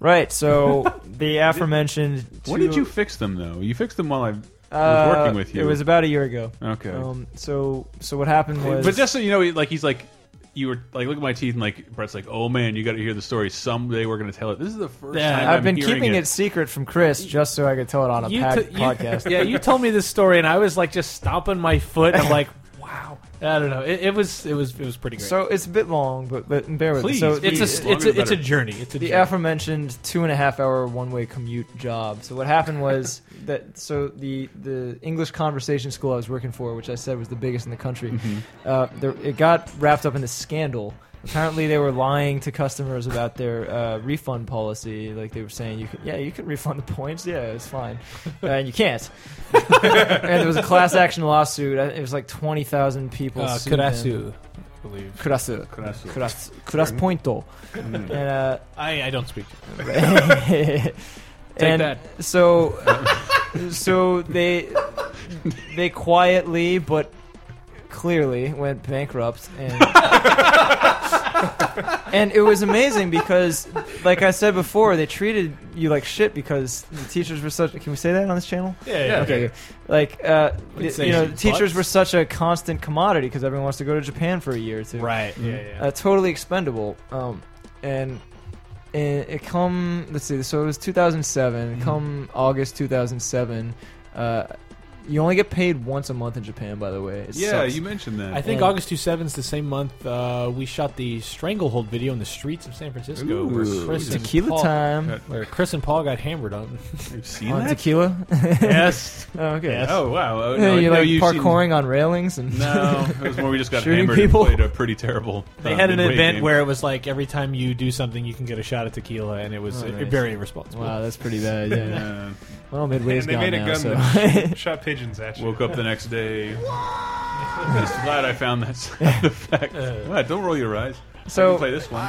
Speaker 1: Right. So the aforementioned.
Speaker 2: When
Speaker 1: two-
Speaker 2: did you fix them though? You fixed them while I was
Speaker 1: Uh,
Speaker 2: working with you.
Speaker 1: It was about a year ago.
Speaker 2: okay.
Speaker 1: Um, so so what happened was.
Speaker 2: But just so you know, like he's like, you were like, look at my teeth, and like Brett's like, oh man, you got to hear the story. Someday we're gonna tell it. This is the first
Speaker 3: Yeah,
Speaker 2: time
Speaker 1: I've
Speaker 2: I'm
Speaker 1: been
Speaker 2: hearing
Speaker 1: keeping it. secret from Chris just so I could tell it on a pa-
Speaker 3: t-
Speaker 1: podcast.
Speaker 3: yeah, you told me this story, and I was like just stomping my foot. I'm like, wow. I don't know. It, it was it was it was pretty great.
Speaker 1: So it's a bit long, but but bear with me.
Speaker 2: Please,
Speaker 1: So
Speaker 2: please.
Speaker 3: it's
Speaker 1: the-
Speaker 3: a
Speaker 2: longer
Speaker 3: it's a, it's
Speaker 2: better.
Speaker 3: a journey. It's a
Speaker 1: the
Speaker 3: journey.
Speaker 1: aforementioned two and a half hour one way commute job. So what happened was that so the the English conversation school I was working for, which I said was the biggest in the country,
Speaker 2: Mm-hmm.
Speaker 1: uh, there, it got wrapped up in a scandal. Apparently, they were lying to customers about their uh, refund policy. Like they were saying, you can, yeah, you can refund the points. Yeah, it's fine, uh, and you can't. and there was a class action lawsuit. I- It was like twenty thousand people.
Speaker 3: uh,
Speaker 1: sued them.
Speaker 3: Kurasu, I believe.
Speaker 1: Kurasu.
Speaker 2: Kurasu.
Speaker 1: Kuras, Kuras Pointo.
Speaker 3: Mm.
Speaker 1: And, uh,
Speaker 3: I, I don't speak.
Speaker 1: Take and
Speaker 3: that.
Speaker 1: So, so they they quietly but clearly went bankrupt, and and it was amazing because, like I said before, they treated you like shit because the teachers were such. Can we say that on this channel?
Speaker 3: Yeah,
Speaker 1: Okay. Like, uh,
Speaker 3: We can
Speaker 1: the-
Speaker 3: say
Speaker 1: you know,
Speaker 3: butts.
Speaker 1: teachers were such a constant commodity because everyone wants to go to Japan for a year or two
Speaker 3: Right. Yeah, yeah.
Speaker 1: uh, totally expendable. Um, and, and it come let's see, so it was
Speaker 2: Mm-hmm.
Speaker 1: 2007. Come August 2007, uh, you only get paid once a month in Japan. By the way, it
Speaker 2: Yeah,
Speaker 1: sucks.
Speaker 2: you mentioned that.
Speaker 3: I think
Speaker 1: And-
Speaker 3: August 27th is the same month uh, we shot the Stranglehold video in the streets of San Francisco.
Speaker 2: Ooh.
Speaker 3: where Chris and
Speaker 1: tequila
Speaker 3: Paul,
Speaker 1: time.
Speaker 3: Where Chris and Paul got hammered on.
Speaker 2: I've seen
Speaker 1: On
Speaker 2: that.
Speaker 1: tequila.
Speaker 2: Yes.
Speaker 1: oh, okay.
Speaker 3: Yes.
Speaker 2: Oh wow. Oh,
Speaker 1: Yeah,
Speaker 2: no,
Speaker 1: you're
Speaker 2: no,
Speaker 1: like
Speaker 2: you've seen-
Speaker 1: parkouring on railings and
Speaker 2: No, it was more we just got
Speaker 1: Shooting
Speaker 2: hammered
Speaker 1: people.
Speaker 2: and played a pretty terrible.
Speaker 3: They
Speaker 2: uh,
Speaker 3: had an
Speaker 2: midway
Speaker 3: event
Speaker 2: game.
Speaker 3: where it was like every time you do something, you can get a shot at tequila, and it was
Speaker 1: Oh,
Speaker 3: uh,
Speaker 1: nice.
Speaker 3: very irresponsible.
Speaker 1: Wow, that's pretty bad. Yeah. yeah.
Speaker 2: Uh,
Speaker 1: Well, Midway's
Speaker 4: and they
Speaker 1: gone
Speaker 4: made
Speaker 1: now.
Speaker 4: a gun
Speaker 1: so.
Speaker 4: that shot pigeons at you.
Speaker 2: woke up the next day. Just glad I found that sound effect. Wow, don't roll your eyes. I
Speaker 1: so
Speaker 2: can play this one.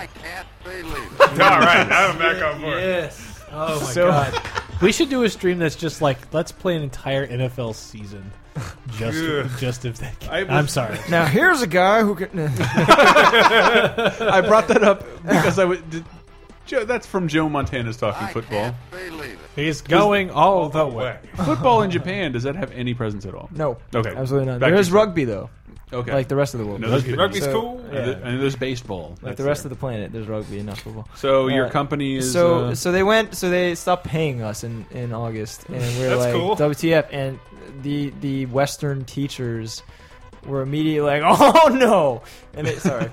Speaker 4: All right, now I'm back on board.
Speaker 3: Yes. Oh my
Speaker 1: So-
Speaker 3: god. We should do a stream that's just like let's play an entire NFL season,
Speaker 4: Ugh.
Speaker 3: just just of that.
Speaker 2: I was-
Speaker 3: I'm sorry.
Speaker 1: now here's a guy who can.
Speaker 2: I brought that up because I would. Did, Joe, that's from Joe Montana's talking football.
Speaker 3: He's going all the way.
Speaker 4: Whack.
Speaker 2: Football in Japan does that have any presence at all?
Speaker 1: No.
Speaker 2: Okay.
Speaker 1: Absolutely not.
Speaker 2: Back
Speaker 1: There
Speaker 2: to
Speaker 1: is
Speaker 2: you.
Speaker 1: rugby though,
Speaker 2: Okay.
Speaker 1: like the rest of the world.
Speaker 2: No, there's-
Speaker 4: Rugby's
Speaker 1: So-
Speaker 4: cool.
Speaker 2: and there- and there's baseball.
Speaker 1: Like the rest of the planet, there's rugby and not football.
Speaker 2: So your
Speaker 1: Uh,
Speaker 2: company is
Speaker 1: so
Speaker 2: uh,
Speaker 1: so they went so they stopped paying us in in August and we we're
Speaker 4: That's
Speaker 1: like
Speaker 4: cool.
Speaker 1: WTF and the the Western teachers were immediately like oh no and they sorry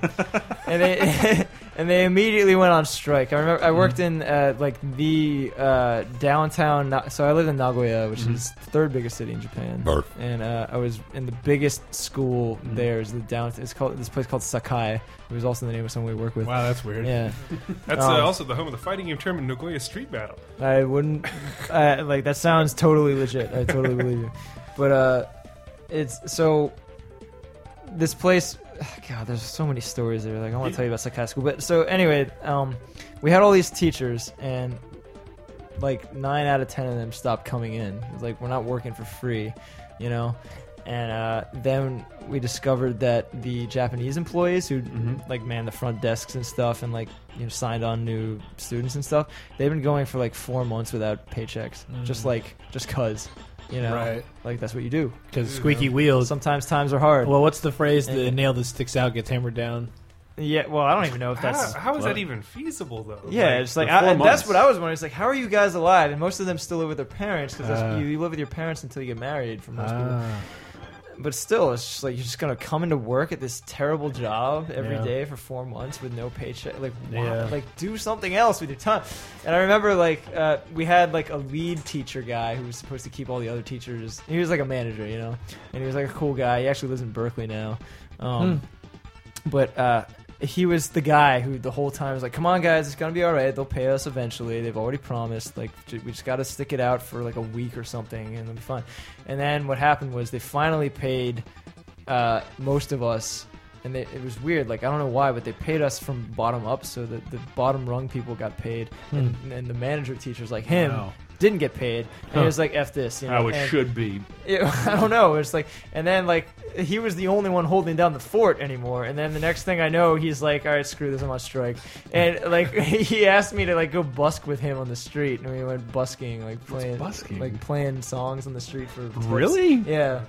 Speaker 1: and they and they immediately went on strike. I remember I worked in uh, like the uh, downtown Na- so I lived in Nagoya which is the third biggest city in Japan
Speaker 7: Barf.
Speaker 1: and uh, I was in the biggest school there is the down it's called this place called Sakai it was also the name of someone we work with
Speaker 3: Wow, that's weird.
Speaker 1: yeah
Speaker 4: That's uh,
Speaker 1: Um,
Speaker 4: also the home of the fighting game tournament, Nagoya Street Battle.
Speaker 1: I wouldn't. Uh, like that sounds totally legit. I totally believe you. But uh, it's so. This place, oh, God, there's so many stories there. Like I want to tell you about Sakai School, but so anyway, um, we had all these teachers, and like nine out of ten of them stopped coming in. It was like we're not working for free, you know. And uh, then we discovered that the Japanese employees who like man the front desks and stuff, and like you know signed on new students and stuff, they've been going for like four months without paychecks, just like just cause, you know,
Speaker 3: Right.
Speaker 1: like that's what you do.
Speaker 3: because squeaky wheels.
Speaker 1: Sometimes times are hard.
Speaker 3: Well, what's the phrase? The nail that sticks out gets hammered down.
Speaker 1: yeah. Well, I don't even know if that's
Speaker 4: how, how is
Speaker 2: Well-
Speaker 4: that even feasible though?
Speaker 1: Yeah, it's like
Speaker 2: the four
Speaker 1: I, and that's
Speaker 2: months.
Speaker 1: what I was wondering. It's like, how are you guys alive? And most of them still live with their parents because
Speaker 3: Ah.
Speaker 1: you, you live with your parents until you get married. For most people, but still, it's just like you're just gonna come into work at this terrible job every day
Speaker 3: Yeah.
Speaker 1: for four months with no paycheck. Like, wow,
Speaker 3: Yeah.
Speaker 1: like do something else with your time. And I remember like uh, we had like a lead teacher guy who was supposed to keep all the other teachers. He was like a manager, you know, and he was like a cool guy. He actually lives in Berkeley now. Um,
Speaker 3: Hmm.
Speaker 1: but uh, he was the guy who the whole time was like, "Come on, guys, it's gonna be all right. They'll pay us eventually. They've already promised. Like, j- we just got to stick it out for like a week or something, and it'll be fine." And then what happened was they finally paid uh, most of us, and they, it was weird. Like, I don't know why, but they paid us from bottom up, so that the bottom rung people got paid, and, and the manager teachers like him.
Speaker 2: Hmm. Wow.
Speaker 1: Didn't get paid, and it was like f this. You know?
Speaker 2: How it
Speaker 1: and-
Speaker 2: should be.
Speaker 1: yeah, I don't know. It's like, and then like he was the only one holding down the fort anymore. And then the next thing I know, he's like, "All right, screw this, I'm on strike." And like he asked me to like go busk with him on the street, and we went busking, like playing,
Speaker 2: busking?
Speaker 1: like playing songs on the street for tips.
Speaker 2: Really?
Speaker 1: Yeah.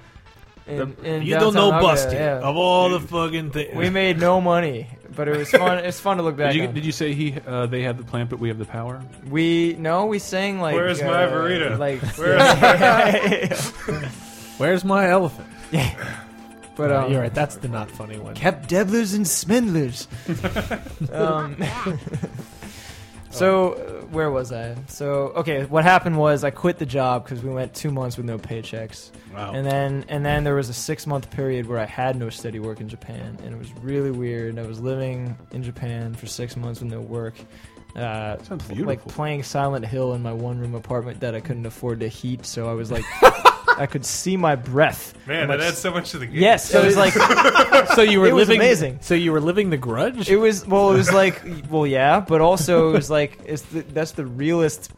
Speaker 1: In, in
Speaker 3: You don't know
Speaker 1: downtown
Speaker 3: Oh,
Speaker 1: Ogden,
Speaker 3: busting
Speaker 1: yeah.
Speaker 3: of all the fucking things.
Speaker 1: We made no money, but it was fun. it's fun to look back.
Speaker 2: Did you,
Speaker 1: on.
Speaker 2: did you say he? Uh, they had the plant, but we have the power.
Speaker 1: we no, we sang like
Speaker 4: Where's my
Speaker 1: uh,
Speaker 4: burrito?
Speaker 1: Like,
Speaker 3: Where's my elephant?
Speaker 1: but um,
Speaker 3: You're right. That's the not funny one.
Speaker 1: kept devlers and swindlers. um, so uh, where was I? So okay, what happened was I quit the job because we went two months with no paychecks,
Speaker 2: Wow.
Speaker 1: and then and then there was a six month period where I had no steady work in Japan, and it was really weird. I was living in Japan for six months with no work. Uh,
Speaker 2: Sounds
Speaker 1: like
Speaker 2: beautiful.
Speaker 1: playing Silent Hill in my one room apartment that I couldn't afford to heat, so I was like, I could see my breath.
Speaker 4: man,
Speaker 1: I'm
Speaker 4: that
Speaker 1: like,
Speaker 4: adds so much to the game.
Speaker 1: Yes, so it was like
Speaker 3: So you were
Speaker 1: It was
Speaker 3: living
Speaker 1: amazing.
Speaker 3: So you were living the grudge.
Speaker 1: It was well. It was like well, yeah, but also it was like it's the, that's the realest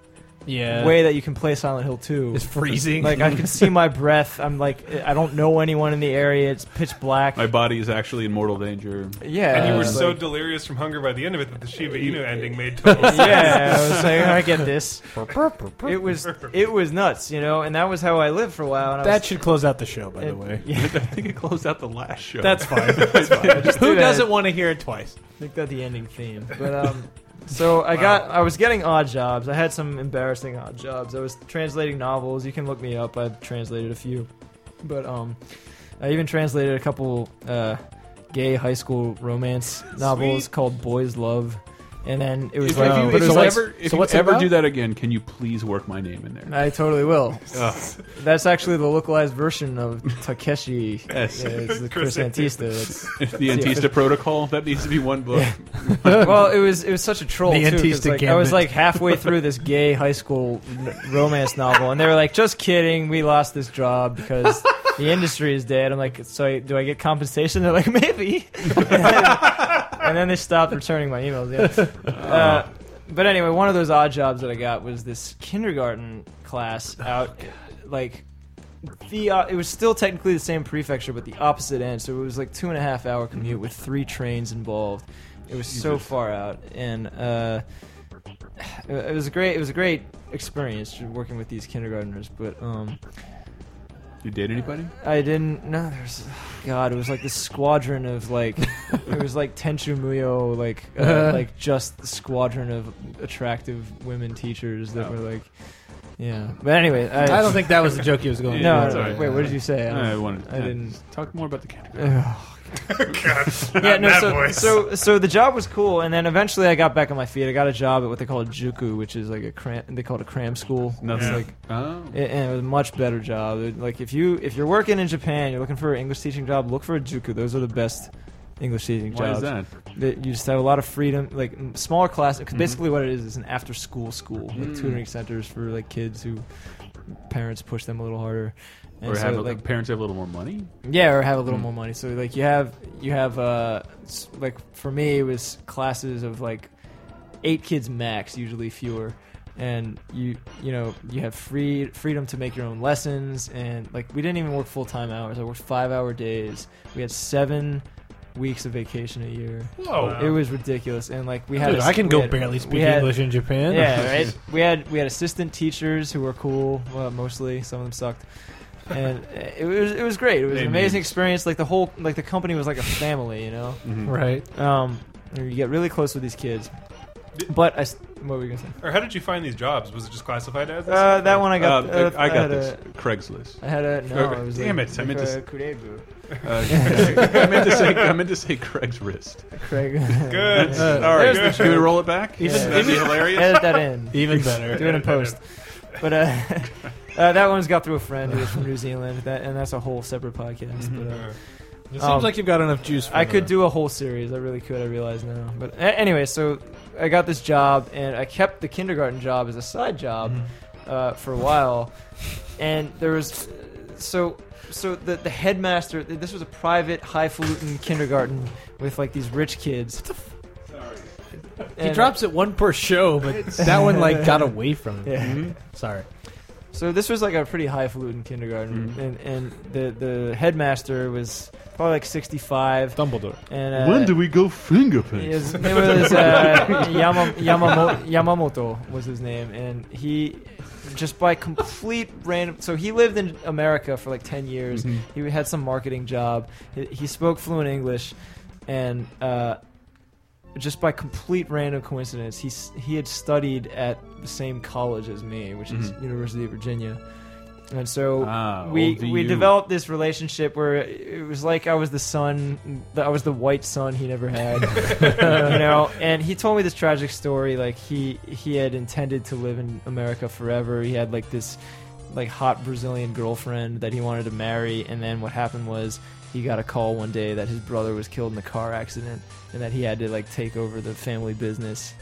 Speaker 3: yeah.
Speaker 1: way that you can play Silent Hill 2.
Speaker 3: it's freezing.
Speaker 1: Like I can see my breath. I'm like I don't know anyone in the area. It's pitch black.
Speaker 2: My body is actually in mortal danger.
Speaker 1: yeah,
Speaker 4: And you were
Speaker 1: it's
Speaker 4: so
Speaker 1: like-
Speaker 4: delirious from hunger by the end of it that the Shiba Inu ending made total sense.
Speaker 1: yeah. I was like, "Oh, I get this. It was it was nuts, you know. And that was how I lived for a while. And I
Speaker 3: that should close out the show, by
Speaker 1: was,
Speaker 3: the way.
Speaker 1: yeah,
Speaker 2: I think it closed out the last show.
Speaker 3: That's fine. That's fine.
Speaker 1: do
Speaker 3: Who
Speaker 1: that.
Speaker 3: doesn't want to hear it twice?
Speaker 1: Make that the ending theme. But um, so I got I was getting odd jobs. I had some embarrassing odd jobs. I was translating novels. You can look me up. I've translated a few, but um, I even translated a couple uh, gay high school romance novels
Speaker 4: Sweet.
Speaker 1: called Boys Love, and then it was
Speaker 2: If,
Speaker 1: like,
Speaker 2: if you,
Speaker 1: but it
Speaker 2: if
Speaker 1: was
Speaker 2: you
Speaker 1: like-
Speaker 2: ever, if
Speaker 3: so
Speaker 2: you
Speaker 3: what's it
Speaker 2: ever
Speaker 3: about?
Speaker 2: do that again, can you please work my name in there?
Speaker 1: I totally will.
Speaker 2: Ugh.
Speaker 1: That's actually the localized version of Takeshi.
Speaker 2: Yes.
Speaker 1: Yeah, it's the Chris
Speaker 4: Chris
Speaker 1: Antista. It's-
Speaker 2: the Antista Protocol. That needs to be one book.
Speaker 1: well, it was it was such a troll.
Speaker 3: The
Speaker 1: too, 'cause,
Speaker 3: Antista
Speaker 1: like, I was
Speaker 3: Gambit.
Speaker 1: like halfway through this gay high school n- romance novel, and they were like, "Just kidding, we lost this job because the industry is dead." I'm like, "So I, do I get compensation?" They're like, "Maybe," and then, and then they stopped returning my emails. Yeah.
Speaker 3: Uh-huh.
Speaker 1: Uh, but anyway, one of those odd jobs that I got was this kindergarten class
Speaker 3: Oh,
Speaker 1: out, like the uh, it was still technically the same prefecture, but the opposite end. So it was like two and a half hour
Speaker 3: Mm-hmm.
Speaker 1: commute with three trains involved. It was so far out, and uh, it was a great it was a great experience working with these kindergartners. But um,
Speaker 2: you date anybody?
Speaker 1: I didn't. No, there's. God, it was like this squadron of like, it was like Tenchu Muyo, like
Speaker 2: Uh-huh.
Speaker 1: uh, like just the squadron of attractive women teachers
Speaker 2: Oh.
Speaker 1: that were like, yeah. But anyway, I,
Speaker 3: I don't think that was the joke he was
Speaker 2: Yeah,
Speaker 3: going.
Speaker 1: No,
Speaker 2: it's
Speaker 1: no,
Speaker 2: all right.
Speaker 1: wait, what did you say?
Speaker 2: I, wanted.
Speaker 1: I didn't.
Speaker 2: talk more about the category.
Speaker 1: yeah, no,
Speaker 4: That
Speaker 1: so,
Speaker 4: voice.
Speaker 1: so so the job was cool, and then eventually I got back on my feet. I got a job at what they call a juku, which is like a cram, they call it a cram school.
Speaker 2: Nothing
Speaker 4: Yeah.
Speaker 2: like. Oh.
Speaker 1: It- and it was a much better job. It- Like if you if you're working in Japan, you're looking for an English teaching job, look for a juku. Those are the best English teaching
Speaker 2: Why
Speaker 1: jobs.
Speaker 2: is that? Mm-hmm.
Speaker 1: that you just have a lot of freedom, like m- smaller class. Because basically, what it is is an after-school school, like
Speaker 2: Mm.
Speaker 1: tutoring centers for like kids who parents push them a little harder. And
Speaker 2: Or
Speaker 1: so,
Speaker 2: have
Speaker 1: like,
Speaker 2: like parents have a little more money?
Speaker 1: yeah, or have a
Speaker 3: Hmm.
Speaker 1: little more money. So like you have you have uh s- like for me it was classes of like eight kids max, usually fewer. and you you know you have free freedom to make your own lessons and like we didn't even work full time hours. I worked five hour days. We had seven weeks of vacation a year.
Speaker 4: Whoa.
Speaker 1: It was ridiculous, and like we had.
Speaker 3: Dude,
Speaker 1: a-
Speaker 3: I can
Speaker 1: we
Speaker 3: go
Speaker 1: had-
Speaker 3: barely
Speaker 1: we
Speaker 3: speak
Speaker 1: had-
Speaker 3: English in Japan.
Speaker 1: Yeah, right. we had we had assistant teachers who were cool, well, mostly. Some of them sucked, and it was it was great. It was
Speaker 2: They
Speaker 1: an amazing
Speaker 2: mean.
Speaker 1: experience. Like the whole like the company was like a family, you know.
Speaker 3: right.
Speaker 1: Um, you get really close with these kids, but I. s- What were you gonna say?
Speaker 4: Or how did you find these jobs? Was it just classified as? this?
Speaker 1: Uh, that one I got. uh,
Speaker 2: Uh, I got
Speaker 1: had
Speaker 2: this.
Speaker 1: A,
Speaker 2: Craigslist.
Speaker 1: I had a no.
Speaker 2: Oh,
Speaker 1: it was
Speaker 2: damn
Speaker 1: like,
Speaker 2: it, I meant to s-
Speaker 1: uh, Kurebu.
Speaker 2: Uh, I meant to say I meant to say Craig's wrist.
Speaker 1: Craig.
Speaker 4: Good.
Speaker 2: All right,
Speaker 4: there's the
Speaker 2: can we roll it back?
Speaker 1: Yeah.
Speaker 2: That'd be hilarious.
Speaker 1: Edit that in.
Speaker 3: Even better.
Speaker 1: Do it in post. But uh, uh, that one's got through a friend who was from New Zealand, that, and that's a whole separate podcast.
Speaker 2: Mm-hmm.
Speaker 1: But, uh,
Speaker 3: It seems
Speaker 1: Um,
Speaker 3: like you've got enough juice. For
Speaker 1: I could
Speaker 3: another-
Speaker 1: do a whole series. I really could. I realize now. But a- anyway, so I got this job, and I kept the kindergarten job as a side job uh, for a while. And there was so so the the headmaster. th- This was a private highfalutin kindergarten with like these rich kids.
Speaker 2: Sorry.
Speaker 3: He
Speaker 1: And-
Speaker 3: drops it one per show, but that one like got away from him.
Speaker 1: Yeah.
Speaker 3: Sorry.
Speaker 1: So this was like a pretty highfalutin kindergarten,
Speaker 2: Mhm.
Speaker 1: and and the the headmaster was probably like sixty five,
Speaker 3: Dumbledore.
Speaker 1: and uh,
Speaker 2: we go finger
Speaker 1: He is- His name was uh, Yama, Yamamoto, Yamamoto was his name, and he just by complete random. So he lived in America for like ten years.
Speaker 2: Mhm.
Speaker 1: He had some marketing job. He, he spoke fluent English, and uh, just by complete random coincidence, he s- he had studied at the same college as me, which is
Speaker 2: Mhm.
Speaker 1: University of Virginia. And so
Speaker 2: Ah,
Speaker 1: we
Speaker 2: old
Speaker 1: we
Speaker 2: you.
Speaker 1: developed this relationship where it was like I was the son, I was the white son he never had, you know. And he told me this tragic story. Like he he had intended to live in America forever. He had like this like hot Brazilian girlfriend that he wanted to marry, and then what happened was he got a call one day that his brother was killed in a car accident, and that he had to like take over the family business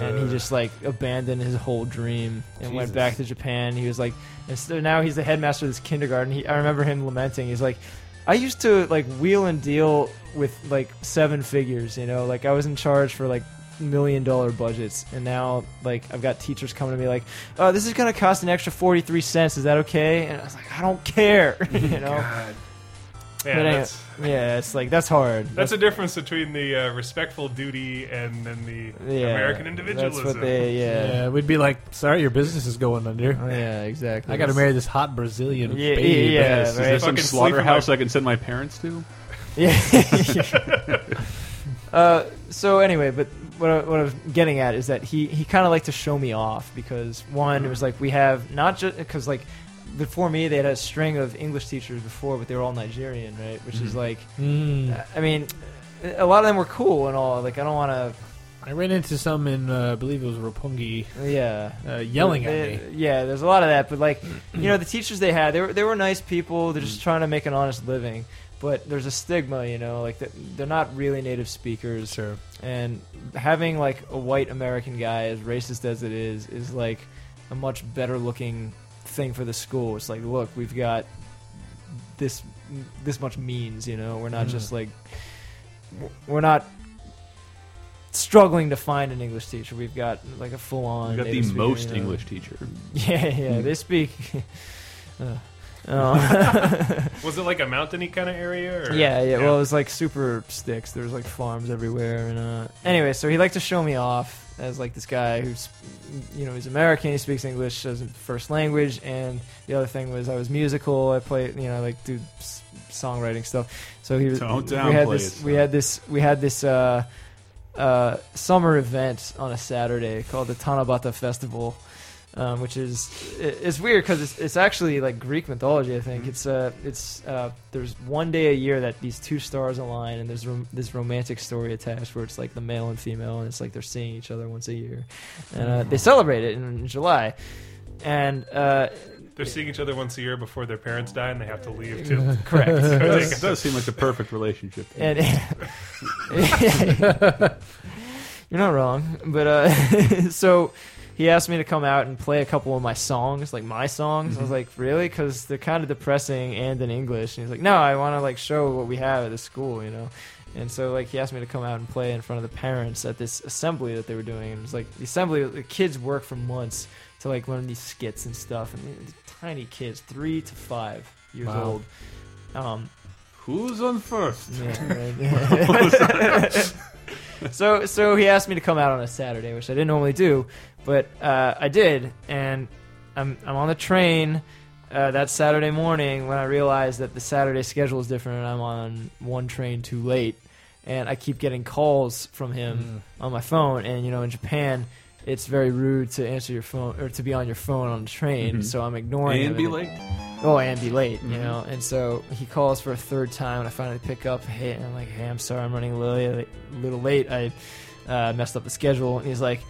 Speaker 1: and he just like abandoned his whole dream and went
Speaker 2: Jesus.
Speaker 1: back to Japan. He was like, and so now he's the headmaster of this kindergarten. He, I remember him lamenting. He's like, I used to like wheel and deal with like seven figures, you know, like I was in charge for like million dollar budgets, and now like I've got teachers coming to me like, oh, this is gonna cost an extra forty three cents. Is that okay? And I was like, I don't care, you know. Oh.
Speaker 4: God.
Speaker 1: But
Speaker 4: Man,
Speaker 1: anyway,
Speaker 4: that's,
Speaker 1: yeah, it's like that's hard.
Speaker 4: that's a difference between the uh, respectful duty and then the
Speaker 1: yeah,
Speaker 4: American individualism.
Speaker 1: That's what they yeah.
Speaker 3: Yeah, we'd be like, sorry, your business is going under.
Speaker 1: Oh, yeah, exactly.
Speaker 3: I got to marry this hot Brazilian
Speaker 1: Yeah,
Speaker 3: babe.
Speaker 1: yeah, yeah.
Speaker 2: Is
Speaker 1: right.
Speaker 2: there some
Speaker 4: Fucking sleep in
Speaker 2: slaughterhouse
Speaker 4: my-
Speaker 2: I can send my parents to?
Speaker 1: Yeah. uh, so anyway, but what I, what I was getting at is that he he kind of liked to show me off because one, it was like we have not just because like before me they had a string of English teachers before, but they were all Nigerian, right? Which is like,
Speaker 3: Mm.
Speaker 1: I mean, a lot of them were cool and all. Like I don't want
Speaker 3: I ran into some in, uh, I believe it was Roppongi,
Speaker 1: to, yeah.
Speaker 3: uh, yelling at
Speaker 1: They-
Speaker 3: me.
Speaker 1: Yeah, there's a lot of that, but like, you know, the teachers they had, they were they were nice people. They're just trying to make an honest living, but there's a stigma, you know, like that they're not really native speakers.
Speaker 3: Sure.
Speaker 1: and having like a white American guy, as racist as it is, is like a much better looking thing for the school. It's like, look, we've got this this much means, you know. We're not just
Speaker 3: Mm.
Speaker 1: like we're not struggling to find an English teacher. We've got like a full on.
Speaker 2: You got the most English teacher.
Speaker 1: Yeah, yeah. They speak. uh, um,
Speaker 4: Was it like a mountainy kind of area? Or?
Speaker 1: Yeah, yeah. Well, it was like super sticks. There was like farms everywhere, and uh, anyway, so he liked to show me off as like this guy who's, you know, he's American. He speaks English as a first language, and the other thing was I was musical. I play, you know, like do s- songwriting stuff. So he was.
Speaker 2: Don't
Speaker 1: we had
Speaker 2: downplay
Speaker 1: this.
Speaker 2: it,
Speaker 1: We
Speaker 2: son.
Speaker 1: had this. We had this. Uh, uh, summer event on a Saturday called the Tanabata Festival, um, which is it, it's weird because it's, it's actually like Greek mythology. I think it's uh it's uh there's one day a year that these two stars align and there's rom- this romantic story attached where it's like the male and female and it's like they're seeing each other once a year, and uh, they celebrate it in, in July, and uh,
Speaker 4: They're seeing each other once a year before their parents die and they have to leave to
Speaker 1: correct.
Speaker 2: It does seem like the perfect relationship.
Speaker 1: And you're not wrong, but uh, so he asked me to come out and play a couple of my songs, like my songs. I was like, really? Because they're kind of depressing and in English. And he's like, no, I want to like show what we have at the school, you know. And so, like, he asked me to come out and play in front of the parents at this assembly that they were doing. And it was like the assembly, the kids work for months to like learn these skits and stuff. And the- the tiny kids, three to five years
Speaker 3: Wow.
Speaker 1: old. Um,
Speaker 2: Who's on first?
Speaker 1: yeah, right. so, so he asked me to come out on a Saturday, which I didn't normally do, but uh, I did, and I'm I'm on the train. Uh, that Saturday morning, when I realized that the Saturday schedule is different, and I'm on one train too late, and I keep getting calls from him
Speaker 3: Mm.
Speaker 2: Mm.
Speaker 1: on my phone. And you know, in Japan, it's very rude to answer your phone or to be on your phone on the train. So I'm ignoring him
Speaker 2: Mm-hmm. And be
Speaker 1: and-
Speaker 2: late.
Speaker 1: oh, and be late, you know. And so he calls for a third time, and I finally pick up. Hey, and I'm like, hey, I'm sorry, I'm running a little, late- little late. I uh, messed up the schedule. And he's like,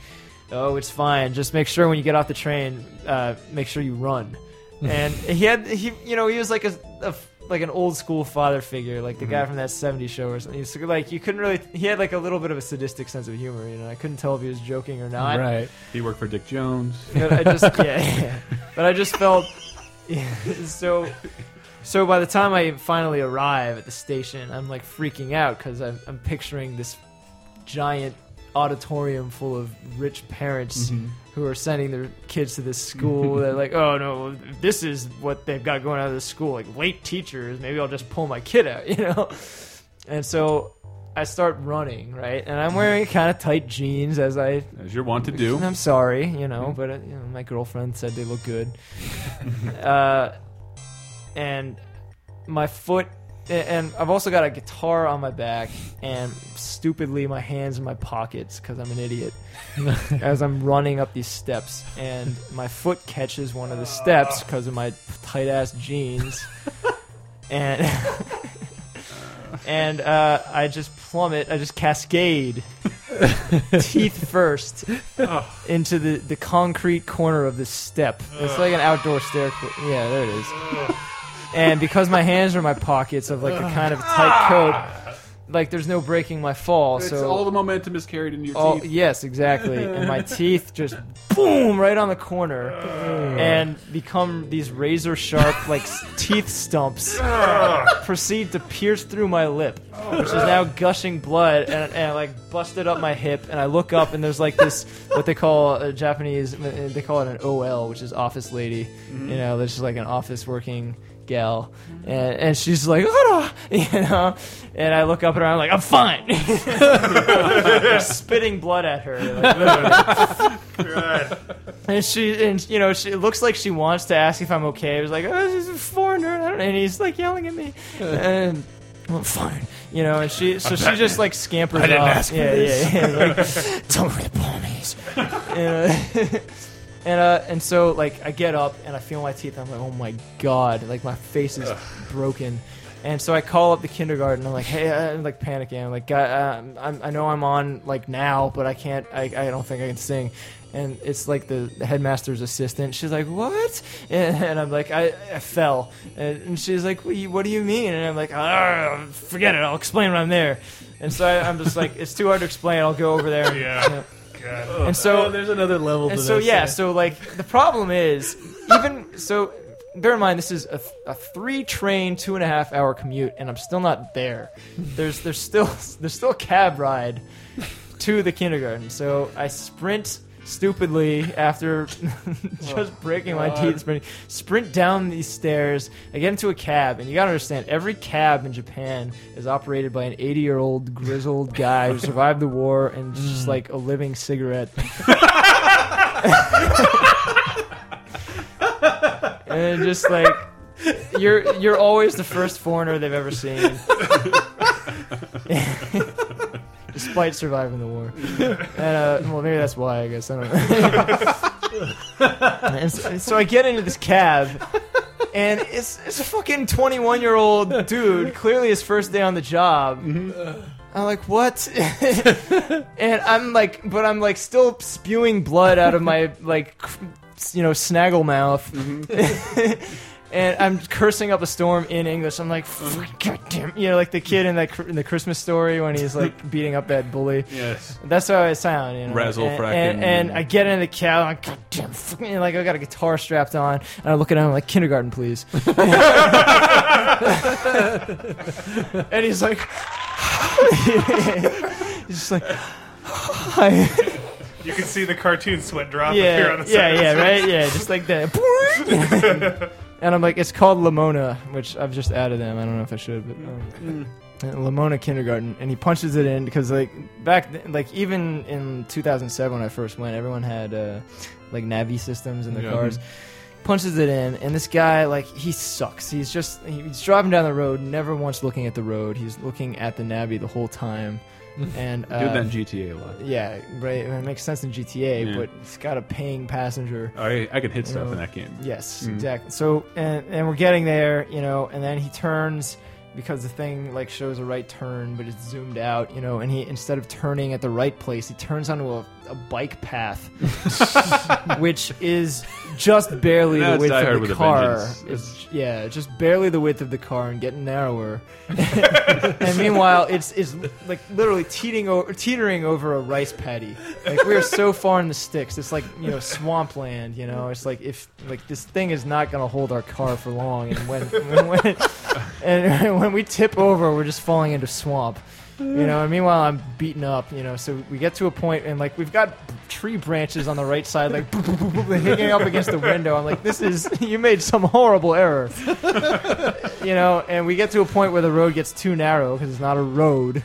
Speaker 1: oh, it's fine. Just make sure when you get off the train, uh, make sure you run. and he had he, you know, he was like a, a f- like an old school father figure, like the guy from that '70s show or something. He's like, you couldn't really. He had like a little bit of a sadistic sense of humor, you know. I couldn't tell if he was joking or not.
Speaker 3: right.
Speaker 2: He worked for Dick Jones.
Speaker 1: But I just yeah, yeah. But I just felt yeah, so so by the time I finally arrive at the station, I'm like freaking out cuz I'm I'm picturing this giant auditorium full of rich parents who are sending their kids to this school. They're like, "Oh no, this is what they've got going out of this school. Like late teachers, maybe I'll just pull my kid out," you know. And so I start running, right? And I'm wearing kind of tight jeans as I
Speaker 2: As you're wont to do. Mm-hmm.
Speaker 1: and I'm sorry, you know, but uh, you know, my girlfriend said they look good. uh, and my foot, a- and I've also got a guitar on my back, and stupidly my hands in my pockets because I'm an idiot as I'm running up these steps, and my foot catches one of the steps because of my tight ass jeans, and. And uh, I just plummet. I just cascade, teeth first, into the, the concrete corner of this step. It's like an outdoor stair. Yeah, there it is. and because my hands are in my pockets of like the kind of tight coat, like there's no breaking my fall.
Speaker 2: It's
Speaker 1: so
Speaker 2: all the momentum is carried into your
Speaker 1: Oh
Speaker 2: teeth.
Speaker 1: yes, exactly. and my teeth just boom right on the corner, and become these razor sharp like s- teeth stumps. proceed to pierce through my lip, which is now gushing blood, and, and I like busted up my hip. And I look up, and there's like this what they call a Japanese uh, they call it an OL, which is office lady.
Speaker 2: Mm-hmm.
Speaker 1: You know, there's just like an office working gal, and, and she's like, "Ara," you know, and I look up at her, and I'm like, I'm fine. They're spitting blood at her. like, and she, and you know, she it looks like she wants to ask if I'm okay. It was like, oh, she's a foreigner, I don't- and he's like yelling at me, and well, fine, you know. And she, so she just like scampers I
Speaker 4: didn't
Speaker 1: off.
Speaker 4: ask for
Speaker 1: yeah, yeah, yeah. Like, don't rip on me. And, uh, and uh, and so like I get up and I feel my teeth. I'm like, oh my god, like my face is broken. And so I call up the kindergarten. I'm like, hey, uh, I'm like panicking. I'm like, "Guy- uh, I'm, I know I'm on like now, but I can't. I, I don't think I can sing. And it's like the the headmaster's assistant. She's like, what? And, and I'm like, I, I fell. And, and she's like, what do you- what do you mean? And I'm like, "Ah, forget it. I'll explain when I'm there. And so I, I'm just like, it's too hard to explain. I'll go over there.
Speaker 4: Yeah. God.
Speaker 1: And so
Speaker 3: Oh, there's another level.
Speaker 1: and
Speaker 3: to
Speaker 1: so
Speaker 3: this,
Speaker 1: yeah, so like the problem is even so. Bear in mind, this is a, a three-train, two and a half-hour commute, and I'm still not there. There's there's still there's still a cab ride to the kindergarten. So I sprint stupidly after just breaking my teeth, sprint, sprint down these stairs. I get into a cab, and you gotta understand, every cab in Japan is operated by an 80 year old grizzled guy who survived the war and is just like a living cigarette. and just like. You're you're always the first foreigner they've ever seen, despite surviving the war. And uh, well, maybe that's why. I guess I don't know. and so, and so I get into this cab, and it's it's a fucking twenty one year old dude. Clearly, his first day on the job. I'm like, what? and I'm like, but I'm like still spewing blood out of my like, cr- you know, snaggle mouth. and I'm cursing up a storm in English. I'm like, "Fuck, goddamn, you know, like the kid in that cr- in the Christmas story when he's like beating up that bully.
Speaker 2: Yes.
Speaker 1: That's how I sound, you know.
Speaker 2: Razzle
Speaker 1: and,
Speaker 2: fracking.
Speaker 1: and, and I get in the cab, I'm like, God damn, fucking, and, like I got a guitar strapped on, and I look at him I'm like, kindergarten, please. and he's like, He's just like, hi.
Speaker 4: You can see the cartoon sweat drop up here on
Speaker 1: yeah,
Speaker 4: the
Speaker 1: yeah,
Speaker 4: side.
Speaker 1: yeah, right, yeah, just like that. and I'm like, it's called Lamona, which I've just added them. I don't know if I should, but
Speaker 4: Mm.
Speaker 1: um, and Lamona Kindergarten, and he punches it in because like back, th- like even in 2007 when I first went, everyone had uh, like Navi systems in their
Speaker 2: Yeah.
Speaker 1: cars. Punches it in, and this guy like he sucks. He's just he's driving down the road, never once looking at the road. He's looking at the Navi the whole time, and uh,
Speaker 2: Do that in GTA a lot.
Speaker 1: yeah, right. It makes sense in GTA,
Speaker 2: Yeah.
Speaker 1: but it's got a paying passenger.
Speaker 2: I, I can hit stuff
Speaker 1: Yeah.
Speaker 2: in that game.
Speaker 1: Yes, exactly. So, and, and we're getting there, you know, and then he turns because the thing like shows a right turn, but it's zoomed out, you know, and he instead of turning at the right place, he turns onto a, a bike path, which is just barely
Speaker 2: Now
Speaker 1: the
Speaker 2: it's
Speaker 1: width
Speaker 2: Die Hard
Speaker 1: of the
Speaker 2: with a
Speaker 1: car.
Speaker 2: Vengeance.
Speaker 1: It's, yeah, just barely the width of the car and getting narrower. and meanwhile, it's it's like literally teetering over, teetering over a rice paddy. Like we are so far in the sticks. It's like you know swampland. You know, it's like if like this thing is not going to hold our car for long. And when when, when and when we tip over, we're just falling into swamp. You know, and meanwhile I'm beaten up. You know, so we get to a point and like we've got tree branches on the right side, like boop, boop, boop, boop, like, hanging up against the window. I'm like, this is you made some horrible error you know, and we get to a point where the road gets too narrow because it's not a road.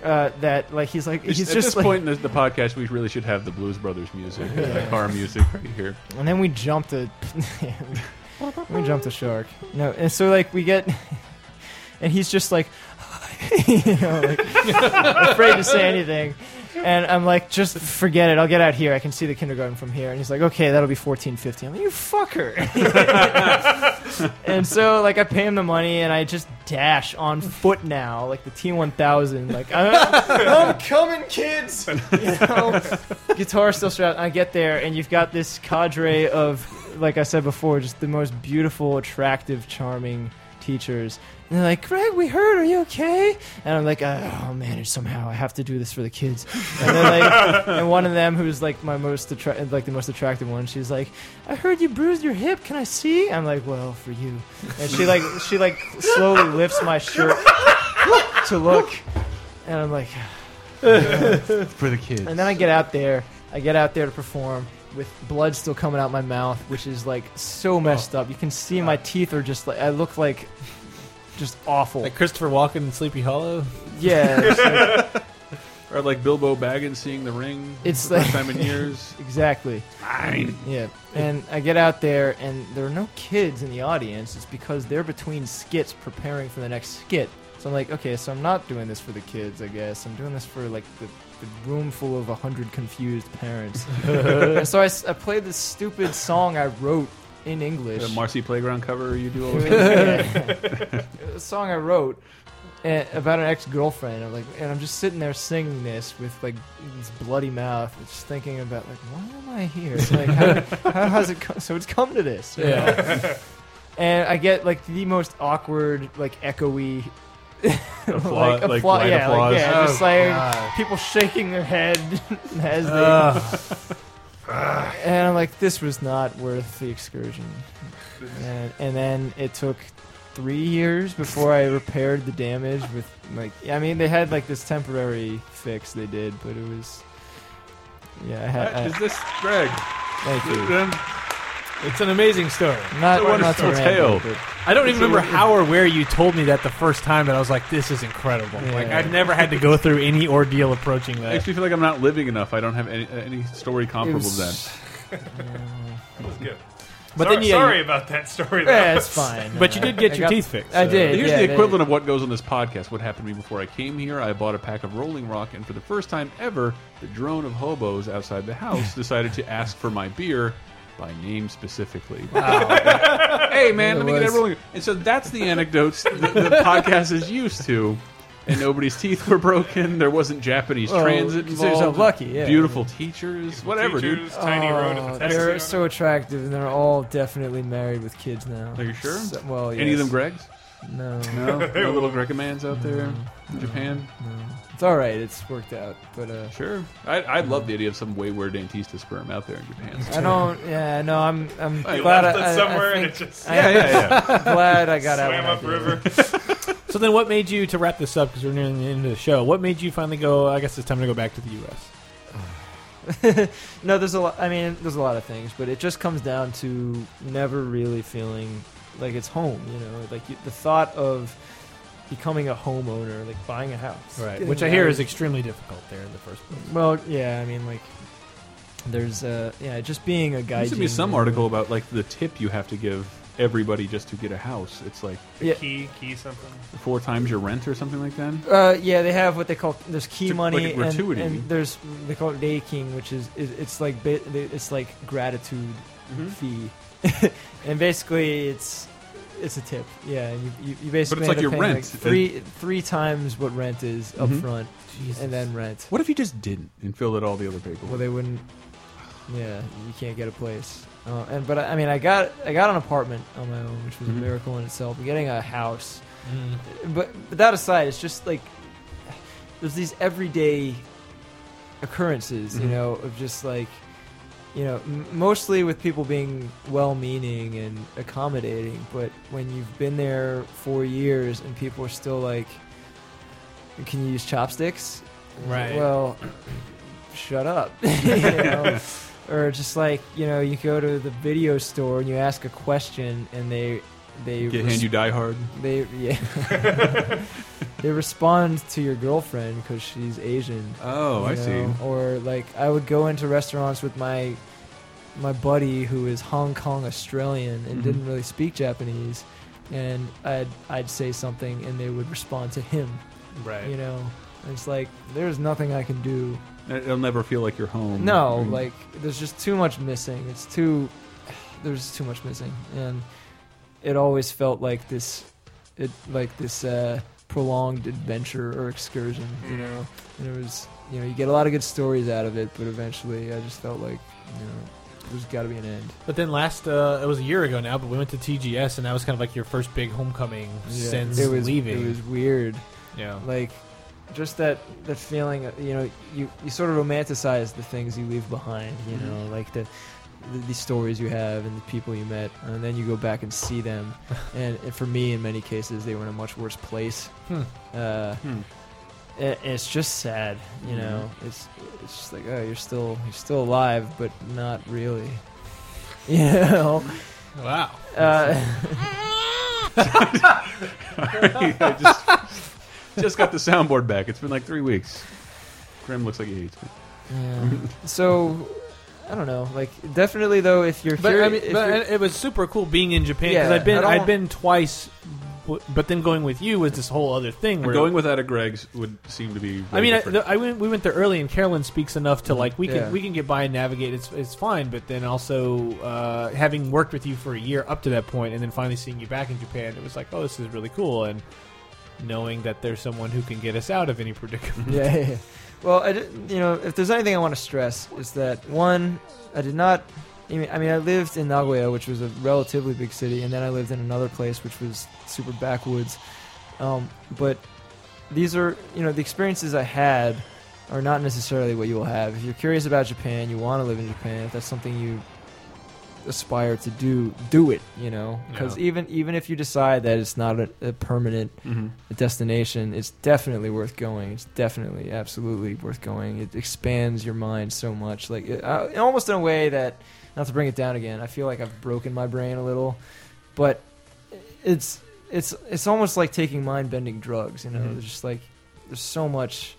Speaker 1: Uh, that like he's like he's
Speaker 2: At
Speaker 1: just
Speaker 2: this
Speaker 1: like,
Speaker 2: point in the, the podcast, we really should have the Blues Brothers music, the car music right here.
Speaker 1: and then we jumped a we jumped a shark. No, and so like we get, and he's just like, you know, like afraid to say anything. And I'm like, just forget it. I'll get out here. I can see the kindergarten from here. And he's like, okay, that'll be fourteen fifty. I'm like, you fucker. and so like I pay him the money, and I just dash on foot now, like the T1000. Like I'm, I'm coming, kids. You know? guitar still strapped. I get there, and you've got this cadre of, like I said before, just the most beautiful, attractive, charming teachers. And they're like, Greg, we heard. Are you okay? And I'm like, oh man, somehow I have to do this for the kids. And then like, and one of them who's like my most attra- like the most attractive one, she's like, I heard you bruised your hip. Can I see? I'm like, well, for you. And she like she like slowly lifts my shirt to look, and I'm like,
Speaker 2: For the kids.
Speaker 1: and then I get out there. I get out there to perform with blood still coming out my mouth, which is like
Speaker 2: Oh.
Speaker 1: so messed up. You can see my teeth are just like I look like just awful.
Speaker 3: Like Christopher Walken in Sleepy Hollow.
Speaker 1: yeah, it's like-
Speaker 2: Or like Bilbo Baggins seeing the ring
Speaker 1: It's
Speaker 2: for the first
Speaker 1: like-
Speaker 2: time in years.
Speaker 1: exactly. Yeah, and I get out there, and there are no kids in the audience. It's because they're between skits, preparing for the next skit. So I'm like, okay, so I'm not doing this for the kids, I guess. I'm doing this for like the, the room full of a hundred confused parents. and so I, s- I played this stupid song I wrote in English.
Speaker 2: The Marcy Playground cover you do all the time.
Speaker 1: a song I wrote eh, about an ex-girlfriend. I'm like, and I'm just sitting there singing this with like this bloody mouth, just thinking about like, why am I here? It's like, how, how has it? Come? So it's come to this. you know? And I get like the most awkward, like echoey,
Speaker 2: Appla- like,
Speaker 1: appla-
Speaker 2: light
Speaker 1: yeah,
Speaker 2: applause.
Speaker 1: like, yeah,
Speaker 4: Oh,
Speaker 1: just like
Speaker 3: God.
Speaker 1: people shaking their head as they. and I'm like, this was not worth the excursion. And, and then it took three years before I repaired the damage with like, I mean, they had like this temporary fix they did, but it was. Yeah, I had.
Speaker 2: Uh,
Speaker 1: I,
Speaker 2: Is this Greg?
Speaker 1: thank you.
Speaker 2: Um,
Speaker 3: It's an amazing story.
Speaker 1: Not,
Speaker 2: a
Speaker 1: not to
Speaker 2: wonderful tale.
Speaker 1: ramble, but
Speaker 3: I don't even remember how or where you told me that the first time, and I was like, "This is incredible." Like
Speaker 1: Yeah.
Speaker 3: I've never had to go through any ordeal approaching
Speaker 2: I
Speaker 3: that.
Speaker 2: actually feel like I'm not living enough. I don't have any, any story
Speaker 1: it
Speaker 2: comparable
Speaker 1: was-
Speaker 2: to that.
Speaker 4: That was good.
Speaker 3: But
Speaker 4: sorry,
Speaker 3: then, yeah,
Speaker 4: sorry
Speaker 3: you-
Speaker 4: about that story. Though.
Speaker 1: Yeah, it's fine.
Speaker 3: But you
Speaker 1: Uh,
Speaker 3: did get
Speaker 1: I
Speaker 3: your
Speaker 1: got-
Speaker 3: teeth fixed,
Speaker 1: I
Speaker 3: so-
Speaker 1: did.
Speaker 2: Here's
Speaker 1: yeah,
Speaker 2: the
Speaker 1: they-
Speaker 2: equivalent of what goes on this podcast. What happened to me before I came here? I bought a pack of Rolling Rock, and for the first time ever, the drone of hobos outside the house decided to ask for my beer by name specifically. hey, man,
Speaker 1: It
Speaker 2: let me get that
Speaker 1: was-
Speaker 2: Rolling. And so that's the anecdotes that the podcast is used to. And nobody's teeth were broken. There wasn't Japanese
Speaker 1: Well,
Speaker 2: transit
Speaker 1: consider yourself
Speaker 2: involved.
Speaker 1: lucky, yeah.
Speaker 2: Beautiful teachers, whatever,
Speaker 4: Teachers, Tiny road at
Speaker 1: Oh,
Speaker 4: the
Speaker 1: they're
Speaker 4: Texas.
Speaker 1: so attractive, and they're all definitely married with kids now.
Speaker 2: dude. Are you sure?
Speaker 1: So- well,
Speaker 2: Any of
Speaker 1: yes.
Speaker 2: them Gregs?
Speaker 1: No, Mm-hmm.
Speaker 2: No, no little Grecomans out there in Japan.
Speaker 1: it's all right. It's worked out, but uh,
Speaker 2: Sure, I, I love the idea of some wayward Antista sperm out there in Japan.
Speaker 1: I don't. Yeah, no, I'm. I'm
Speaker 2: You
Speaker 1: glad
Speaker 4: Oh, left
Speaker 1: I,
Speaker 4: it
Speaker 1: I- I
Speaker 4: somewhere and
Speaker 1: think-
Speaker 4: it just
Speaker 1: I-
Speaker 2: yeah, yeah.
Speaker 1: I'm glad I got out.
Speaker 4: swam
Speaker 1: when I
Speaker 4: up
Speaker 1: did.
Speaker 4: river.
Speaker 3: So then, what made you to wrap this up? Because we're nearing the end of the show. What made you finally go? I guess it's time to go back to the U.S.
Speaker 1: no, there's a lot. I mean, there's a lot of things, but it just comes down to never really feeling like it's home. You know, like you, the thought of becoming a homeowner, like buying a house, getting
Speaker 3: Which I hear
Speaker 1: married.
Speaker 3: is extremely difficult there in the first place.
Speaker 1: Well, yeah. I mean, like there's uh, yeah, just being a guy.
Speaker 2: There should be some article about like the tip you have to give everybody just to get a house. It's like
Speaker 1: Yeah.
Speaker 4: Key, key something.
Speaker 2: four times your rent or something like that.
Speaker 1: Uh, yeah, they have what they call there's key
Speaker 2: It's like
Speaker 1: money
Speaker 2: a
Speaker 1: and,
Speaker 2: gratuity.
Speaker 1: and there's they call it day king, which is, is it's like ba- it's like gratitude
Speaker 2: Mm-hmm.
Speaker 1: fee, and basically it's it's a tip. Yeah, and you, you, you basically end
Speaker 2: like
Speaker 1: up
Speaker 2: your
Speaker 1: paying,
Speaker 2: rent. Mm-hmm.
Speaker 1: like, three three times what rent is up front, and then rent.
Speaker 2: What if you just didn't and filled out all the other paperwork?
Speaker 1: Well, they wouldn't. Yeah, you can't get a place. Uh, and but I, I mean, I got I got an apartment on my own, which was a
Speaker 2: Mhm.
Speaker 1: miracle in itself. But getting a house, Mm, but, but that aside, it's just like there's these everyday occurrences, you
Speaker 2: Mhm.
Speaker 1: know, of just like you know, m- mostly with people being well-meaning and accommodating. But when you've been there four years and people are still like, "Can you use chopsticks?" It's like,
Speaker 3: Right.
Speaker 1: Well, shut up. you know? Or just like you know, you go to the video store and you ask a question, and they they
Speaker 2: Get
Speaker 1: res-
Speaker 2: hand you die hard.
Speaker 1: they yeah. they respond to your girlfriend because she's Asian.
Speaker 2: Oh,
Speaker 1: you
Speaker 2: I
Speaker 1: know?
Speaker 2: see.
Speaker 1: Or like I would go into restaurants with my my buddy who is Hong Kong Australian and
Speaker 2: Mhm.
Speaker 1: didn't really speak Japanese, and I'd I'd say something and they would respond to him.
Speaker 3: Right.
Speaker 1: You know, And it's like there's nothing I can do.
Speaker 2: It'll never feel like you're home.
Speaker 1: No,
Speaker 2: I mean,
Speaker 1: like there's just too much missing. It's too there's too much missing, and it always felt like this, it like this uh, prolonged adventure or excursion, you know. And it was, you know, you get a lot of good stories out of it, but eventually, I just felt like, you know, there's got to be an end.
Speaker 3: But then last, uh, it was a year ago now, but we went to TGS, and that was kind of like your first big homecoming
Speaker 1: Yeah.
Speaker 3: since
Speaker 1: it was,
Speaker 3: leaving.
Speaker 1: it was weird.
Speaker 3: yeah.
Speaker 1: like just that the feeling of, you know you, you sort of romanticize the things you leave behind you
Speaker 3: Mm-hmm.
Speaker 1: know like the, the the stories you have and the people you met and then you go back and see them and, and for me in many cases they were in a much worse place
Speaker 3: Hmm.
Speaker 1: uh,
Speaker 2: Hmm.
Speaker 1: it, it's just sad you
Speaker 3: Mm-hmm.
Speaker 1: know it's it's just like oh you're still you're still alive but not really you know
Speaker 3: Wow.
Speaker 1: uh,
Speaker 2: I just, just got the soundboard back. It's been like three weeks. Grim looks like he hates me.
Speaker 1: yeah. Uh, so I don't know like definitely though if you're
Speaker 3: But
Speaker 1: curi-
Speaker 3: I mean,
Speaker 1: if
Speaker 3: but
Speaker 1: you're-
Speaker 3: it- it was super cool being in Japan because
Speaker 1: Yeah,
Speaker 3: I've been
Speaker 1: I don't
Speaker 3: I've
Speaker 1: want-
Speaker 3: been twice, bu- but then going with you was this whole other thing. Where
Speaker 2: Going without a Greg's would seem to be.
Speaker 3: I mean, I,
Speaker 2: different.
Speaker 3: the, I went, we went there early, and Carolyn speaks enough to like we can
Speaker 1: Yeah.
Speaker 3: we can get by and navigate. It's it's fine. But then also uh, having worked with you for a year up to that point, and then finally seeing you back in Japan, it was like, oh, this is really cool. And knowing that there's someone who can get us out of any predicament.
Speaker 1: yeah, yeah, yeah. Well, I di- you know, if there's anything I want to stress is that one, I did not. I mean, I mean, I lived in Nagoya, which was a relatively big city, and then I lived in another place, which was super backwoods. Um, but these are, you know, the experiences I had are not necessarily what you will have. If you're curious about Japan, you want to live in Japan. If that's something you aspire to do, do it. You know, because even even if you decide that it's not a, a permanent
Speaker 2: Mhm.
Speaker 1: a destination, it's definitely worth going. It's definitely, absolutely worth going. It expands your mind so much, like it, uh, almost in a way that, not to bring it down again, I feel like I've broken my brain a little, but it's it's it's almost like taking mind bending drugs. You know,
Speaker 2: Mhm.
Speaker 1: there's just like there's so much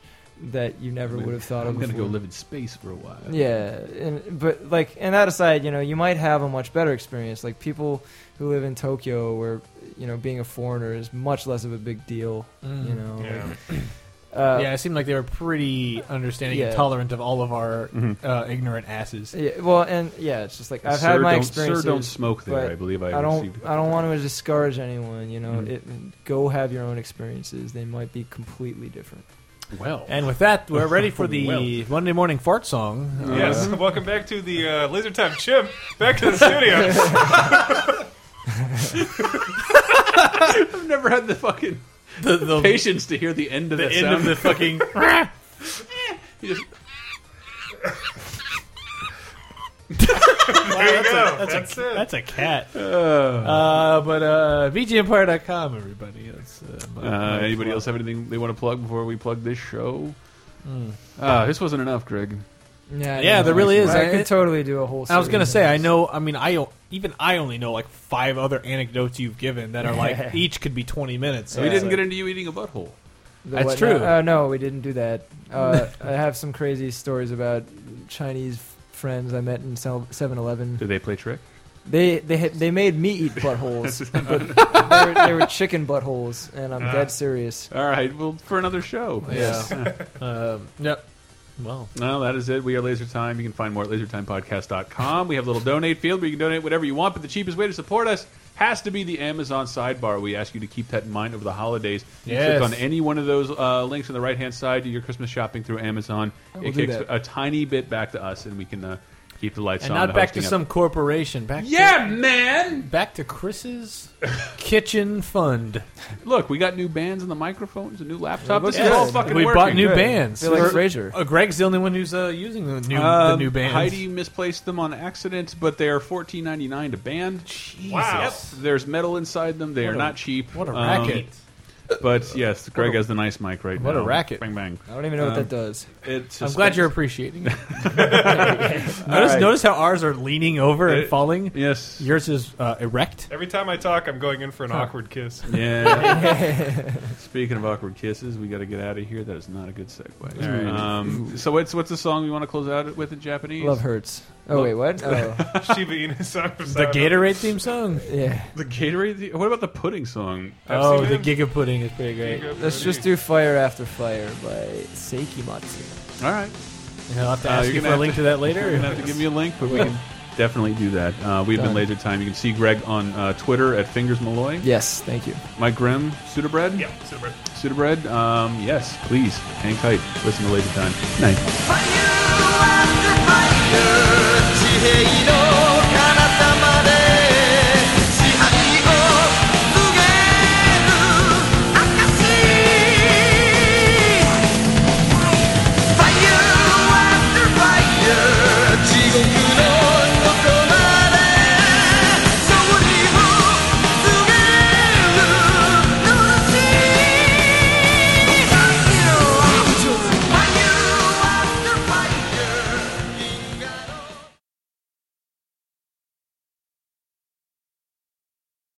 Speaker 1: that you never
Speaker 2: I'm
Speaker 1: would have thought
Speaker 2: I'm
Speaker 1: of.
Speaker 2: gonna
Speaker 1: before.
Speaker 2: go live in space for a while.
Speaker 1: Yeah, and but like, and that aside, you know, you might have a much better experience. Like people who live in Tokyo, where you know being a foreigner is much less of a big deal. You know, like,
Speaker 4: Yeah.
Speaker 1: Mm. uh,
Speaker 3: yeah, it seemed like they were pretty understanding and
Speaker 1: Yeah.
Speaker 3: tolerant of all of our
Speaker 2: Mhm.
Speaker 3: uh, ignorant asses.
Speaker 1: yeah, Well, and yeah, it's just like I've
Speaker 2: sir,
Speaker 1: had my
Speaker 2: don't,
Speaker 1: experiences.
Speaker 2: Sir, don't smoke there.
Speaker 1: but
Speaker 2: I believe I,
Speaker 1: I don't. uh,
Speaker 2: received-
Speaker 1: I don't want to discourage anyone. You know,
Speaker 3: Mm.
Speaker 2: Mhm.
Speaker 1: it, go have your own experiences. They might be completely different.
Speaker 2: Well,
Speaker 3: And with that, we're ready for the Monday morning fart song. Uh,
Speaker 4: Yes, welcome back to the uh, Laser Time Chip. Back to the studio.
Speaker 2: I've never had the fucking
Speaker 3: the, the
Speaker 2: patience to hear the end of
Speaker 3: the
Speaker 2: that
Speaker 3: end
Speaker 2: sound.
Speaker 3: of the fucking.
Speaker 2: You just-
Speaker 4: there you go.
Speaker 3: That's,
Speaker 4: That's
Speaker 3: a,
Speaker 4: it.
Speaker 3: that's a cat. Uh, but uh, VGEmpire.com, everybody. That's, uh, my-
Speaker 2: Uh,
Speaker 3: my
Speaker 2: anybody
Speaker 3: plug.
Speaker 2: else have anything they want to plug before we plug this show?
Speaker 3: Mm.
Speaker 2: Ah, this wasn't enough, Greg.
Speaker 1: Yeah, I
Speaker 3: Yeah,
Speaker 1: know.
Speaker 3: there really is.
Speaker 1: I
Speaker 3: I-
Speaker 1: could totally do a whole.
Speaker 3: I was
Speaker 1: series
Speaker 3: gonna
Speaker 1: of
Speaker 3: say, I
Speaker 1: those.
Speaker 3: know. I mean, I o- even I only know like five other anecdotes you've given that are like each could be twenty minutes. So
Speaker 2: We
Speaker 3: it's
Speaker 2: didn't
Speaker 3: like-
Speaker 2: get into you eating a butthole.
Speaker 1: The
Speaker 3: That's
Speaker 1: what-
Speaker 3: true.
Speaker 1: Uh, no, we didn't do that. Uh, I have some crazy stories about Chinese friends I met in 7-Eleven.
Speaker 2: Did they play trick?
Speaker 1: They they had- they made me eat buttholes, but they were, they were chicken buttholes, and
Speaker 3: Uh,
Speaker 1: I'm dead serious.
Speaker 2: All right, well, for another show.
Speaker 3: Yeah. um, yep. Well,
Speaker 2: Well, that is it. We are Laser Time. You can find more at lasertimepodcast.com. We have a little donate field where you can donate whatever you want, but the cheapest way to support us has to be the Amazon sidebar. We ask you to keep that in mind over the holidays. You
Speaker 3: Yes.
Speaker 2: Click on any one of those uh, links on the right hand side, do your Christmas shopping through Amazon.
Speaker 1: will
Speaker 2: It
Speaker 1: do
Speaker 2: kicks
Speaker 1: that.
Speaker 2: a tiny bit back to us, and we can uh, keep the lights
Speaker 3: and
Speaker 2: on.
Speaker 3: not
Speaker 2: the
Speaker 3: back to
Speaker 2: hosting up.
Speaker 3: some corporation. Back
Speaker 2: Yeah, man!
Speaker 3: to, back to Chris's kitchen fund.
Speaker 2: Look, we got new bands and the microphones, a new laptop. This is
Speaker 1: good.
Speaker 2: all fucking
Speaker 3: we
Speaker 2: working.
Speaker 3: bought new bands.
Speaker 1: Feel like
Speaker 3: We're-
Speaker 1: Frasier.
Speaker 3: uh, Greg's the only one who's uh, using the new the
Speaker 2: Um,
Speaker 3: new bands.
Speaker 2: Heidi misplaced them on accident, but they are fourteen ninety nine to band.
Speaker 4: Wow.
Speaker 2: There's metal inside them. They are
Speaker 3: a-
Speaker 2: not cheap.
Speaker 3: what a
Speaker 2: Um,
Speaker 3: racket!
Speaker 2: But yes, Greg has the nice mic right
Speaker 3: what
Speaker 2: now.
Speaker 3: a racket.
Speaker 2: Bang bang.
Speaker 1: I don't even know what that
Speaker 3: um,
Speaker 1: does.
Speaker 2: It's
Speaker 3: I'm glad you're appreciating it. notice, notice how ours are leaning over and
Speaker 2: It-
Speaker 3: falling.
Speaker 2: Yes.
Speaker 3: Yours is uh, erect.
Speaker 4: Every time I talk, I'm going in for an awkward kiss.
Speaker 2: yeah. Speaking of awkward kisses, we got to get out of here. That is not a good segue. Um, so what's what's the song we want to close out with in Japanese?
Speaker 1: Love hurts. Oh wait, what? Oh
Speaker 4: Shiva Inu
Speaker 3: The Gatorade theme song.
Speaker 1: yeah.
Speaker 2: The Gatorade. the- What about the pudding song?
Speaker 3: Oh,
Speaker 4: seen
Speaker 3: the
Speaker 4: it.
Speaker 3: Giga Pudding is pretty great.
Speaker 1: Let's just do Fire After Fire by Seiki Matsu.
Speaker 2: All right.
Speaker 3: Yeah, I'll have to
Speaker 2: Uh,
Speaker 3: ask
Speaker 2: you're gonna
Speaker 3: you for a
Speaker 2: have
Speaker 3: link
Speaker 2: to-
Speaker 3: to that
Speaker 2: You're gonna
Speaker 3: later.
Speaker 2: have to give me a link, but we can definitely do that. Uh, we've been
Speaker 1: Done.
Speaker 2: Laser Time. You can see Greg on uh, Twitter at Fingers Malloy.
Speaker 1: Yes, thank you.
Speaker 2: Mike Grimm, Sudabred.
Speaker 4: Yeah, super.
Speaker 2: Sudabred. Um, yes, please hang tight. Listen to Laser Time. Night.
Speaker 7: Fire!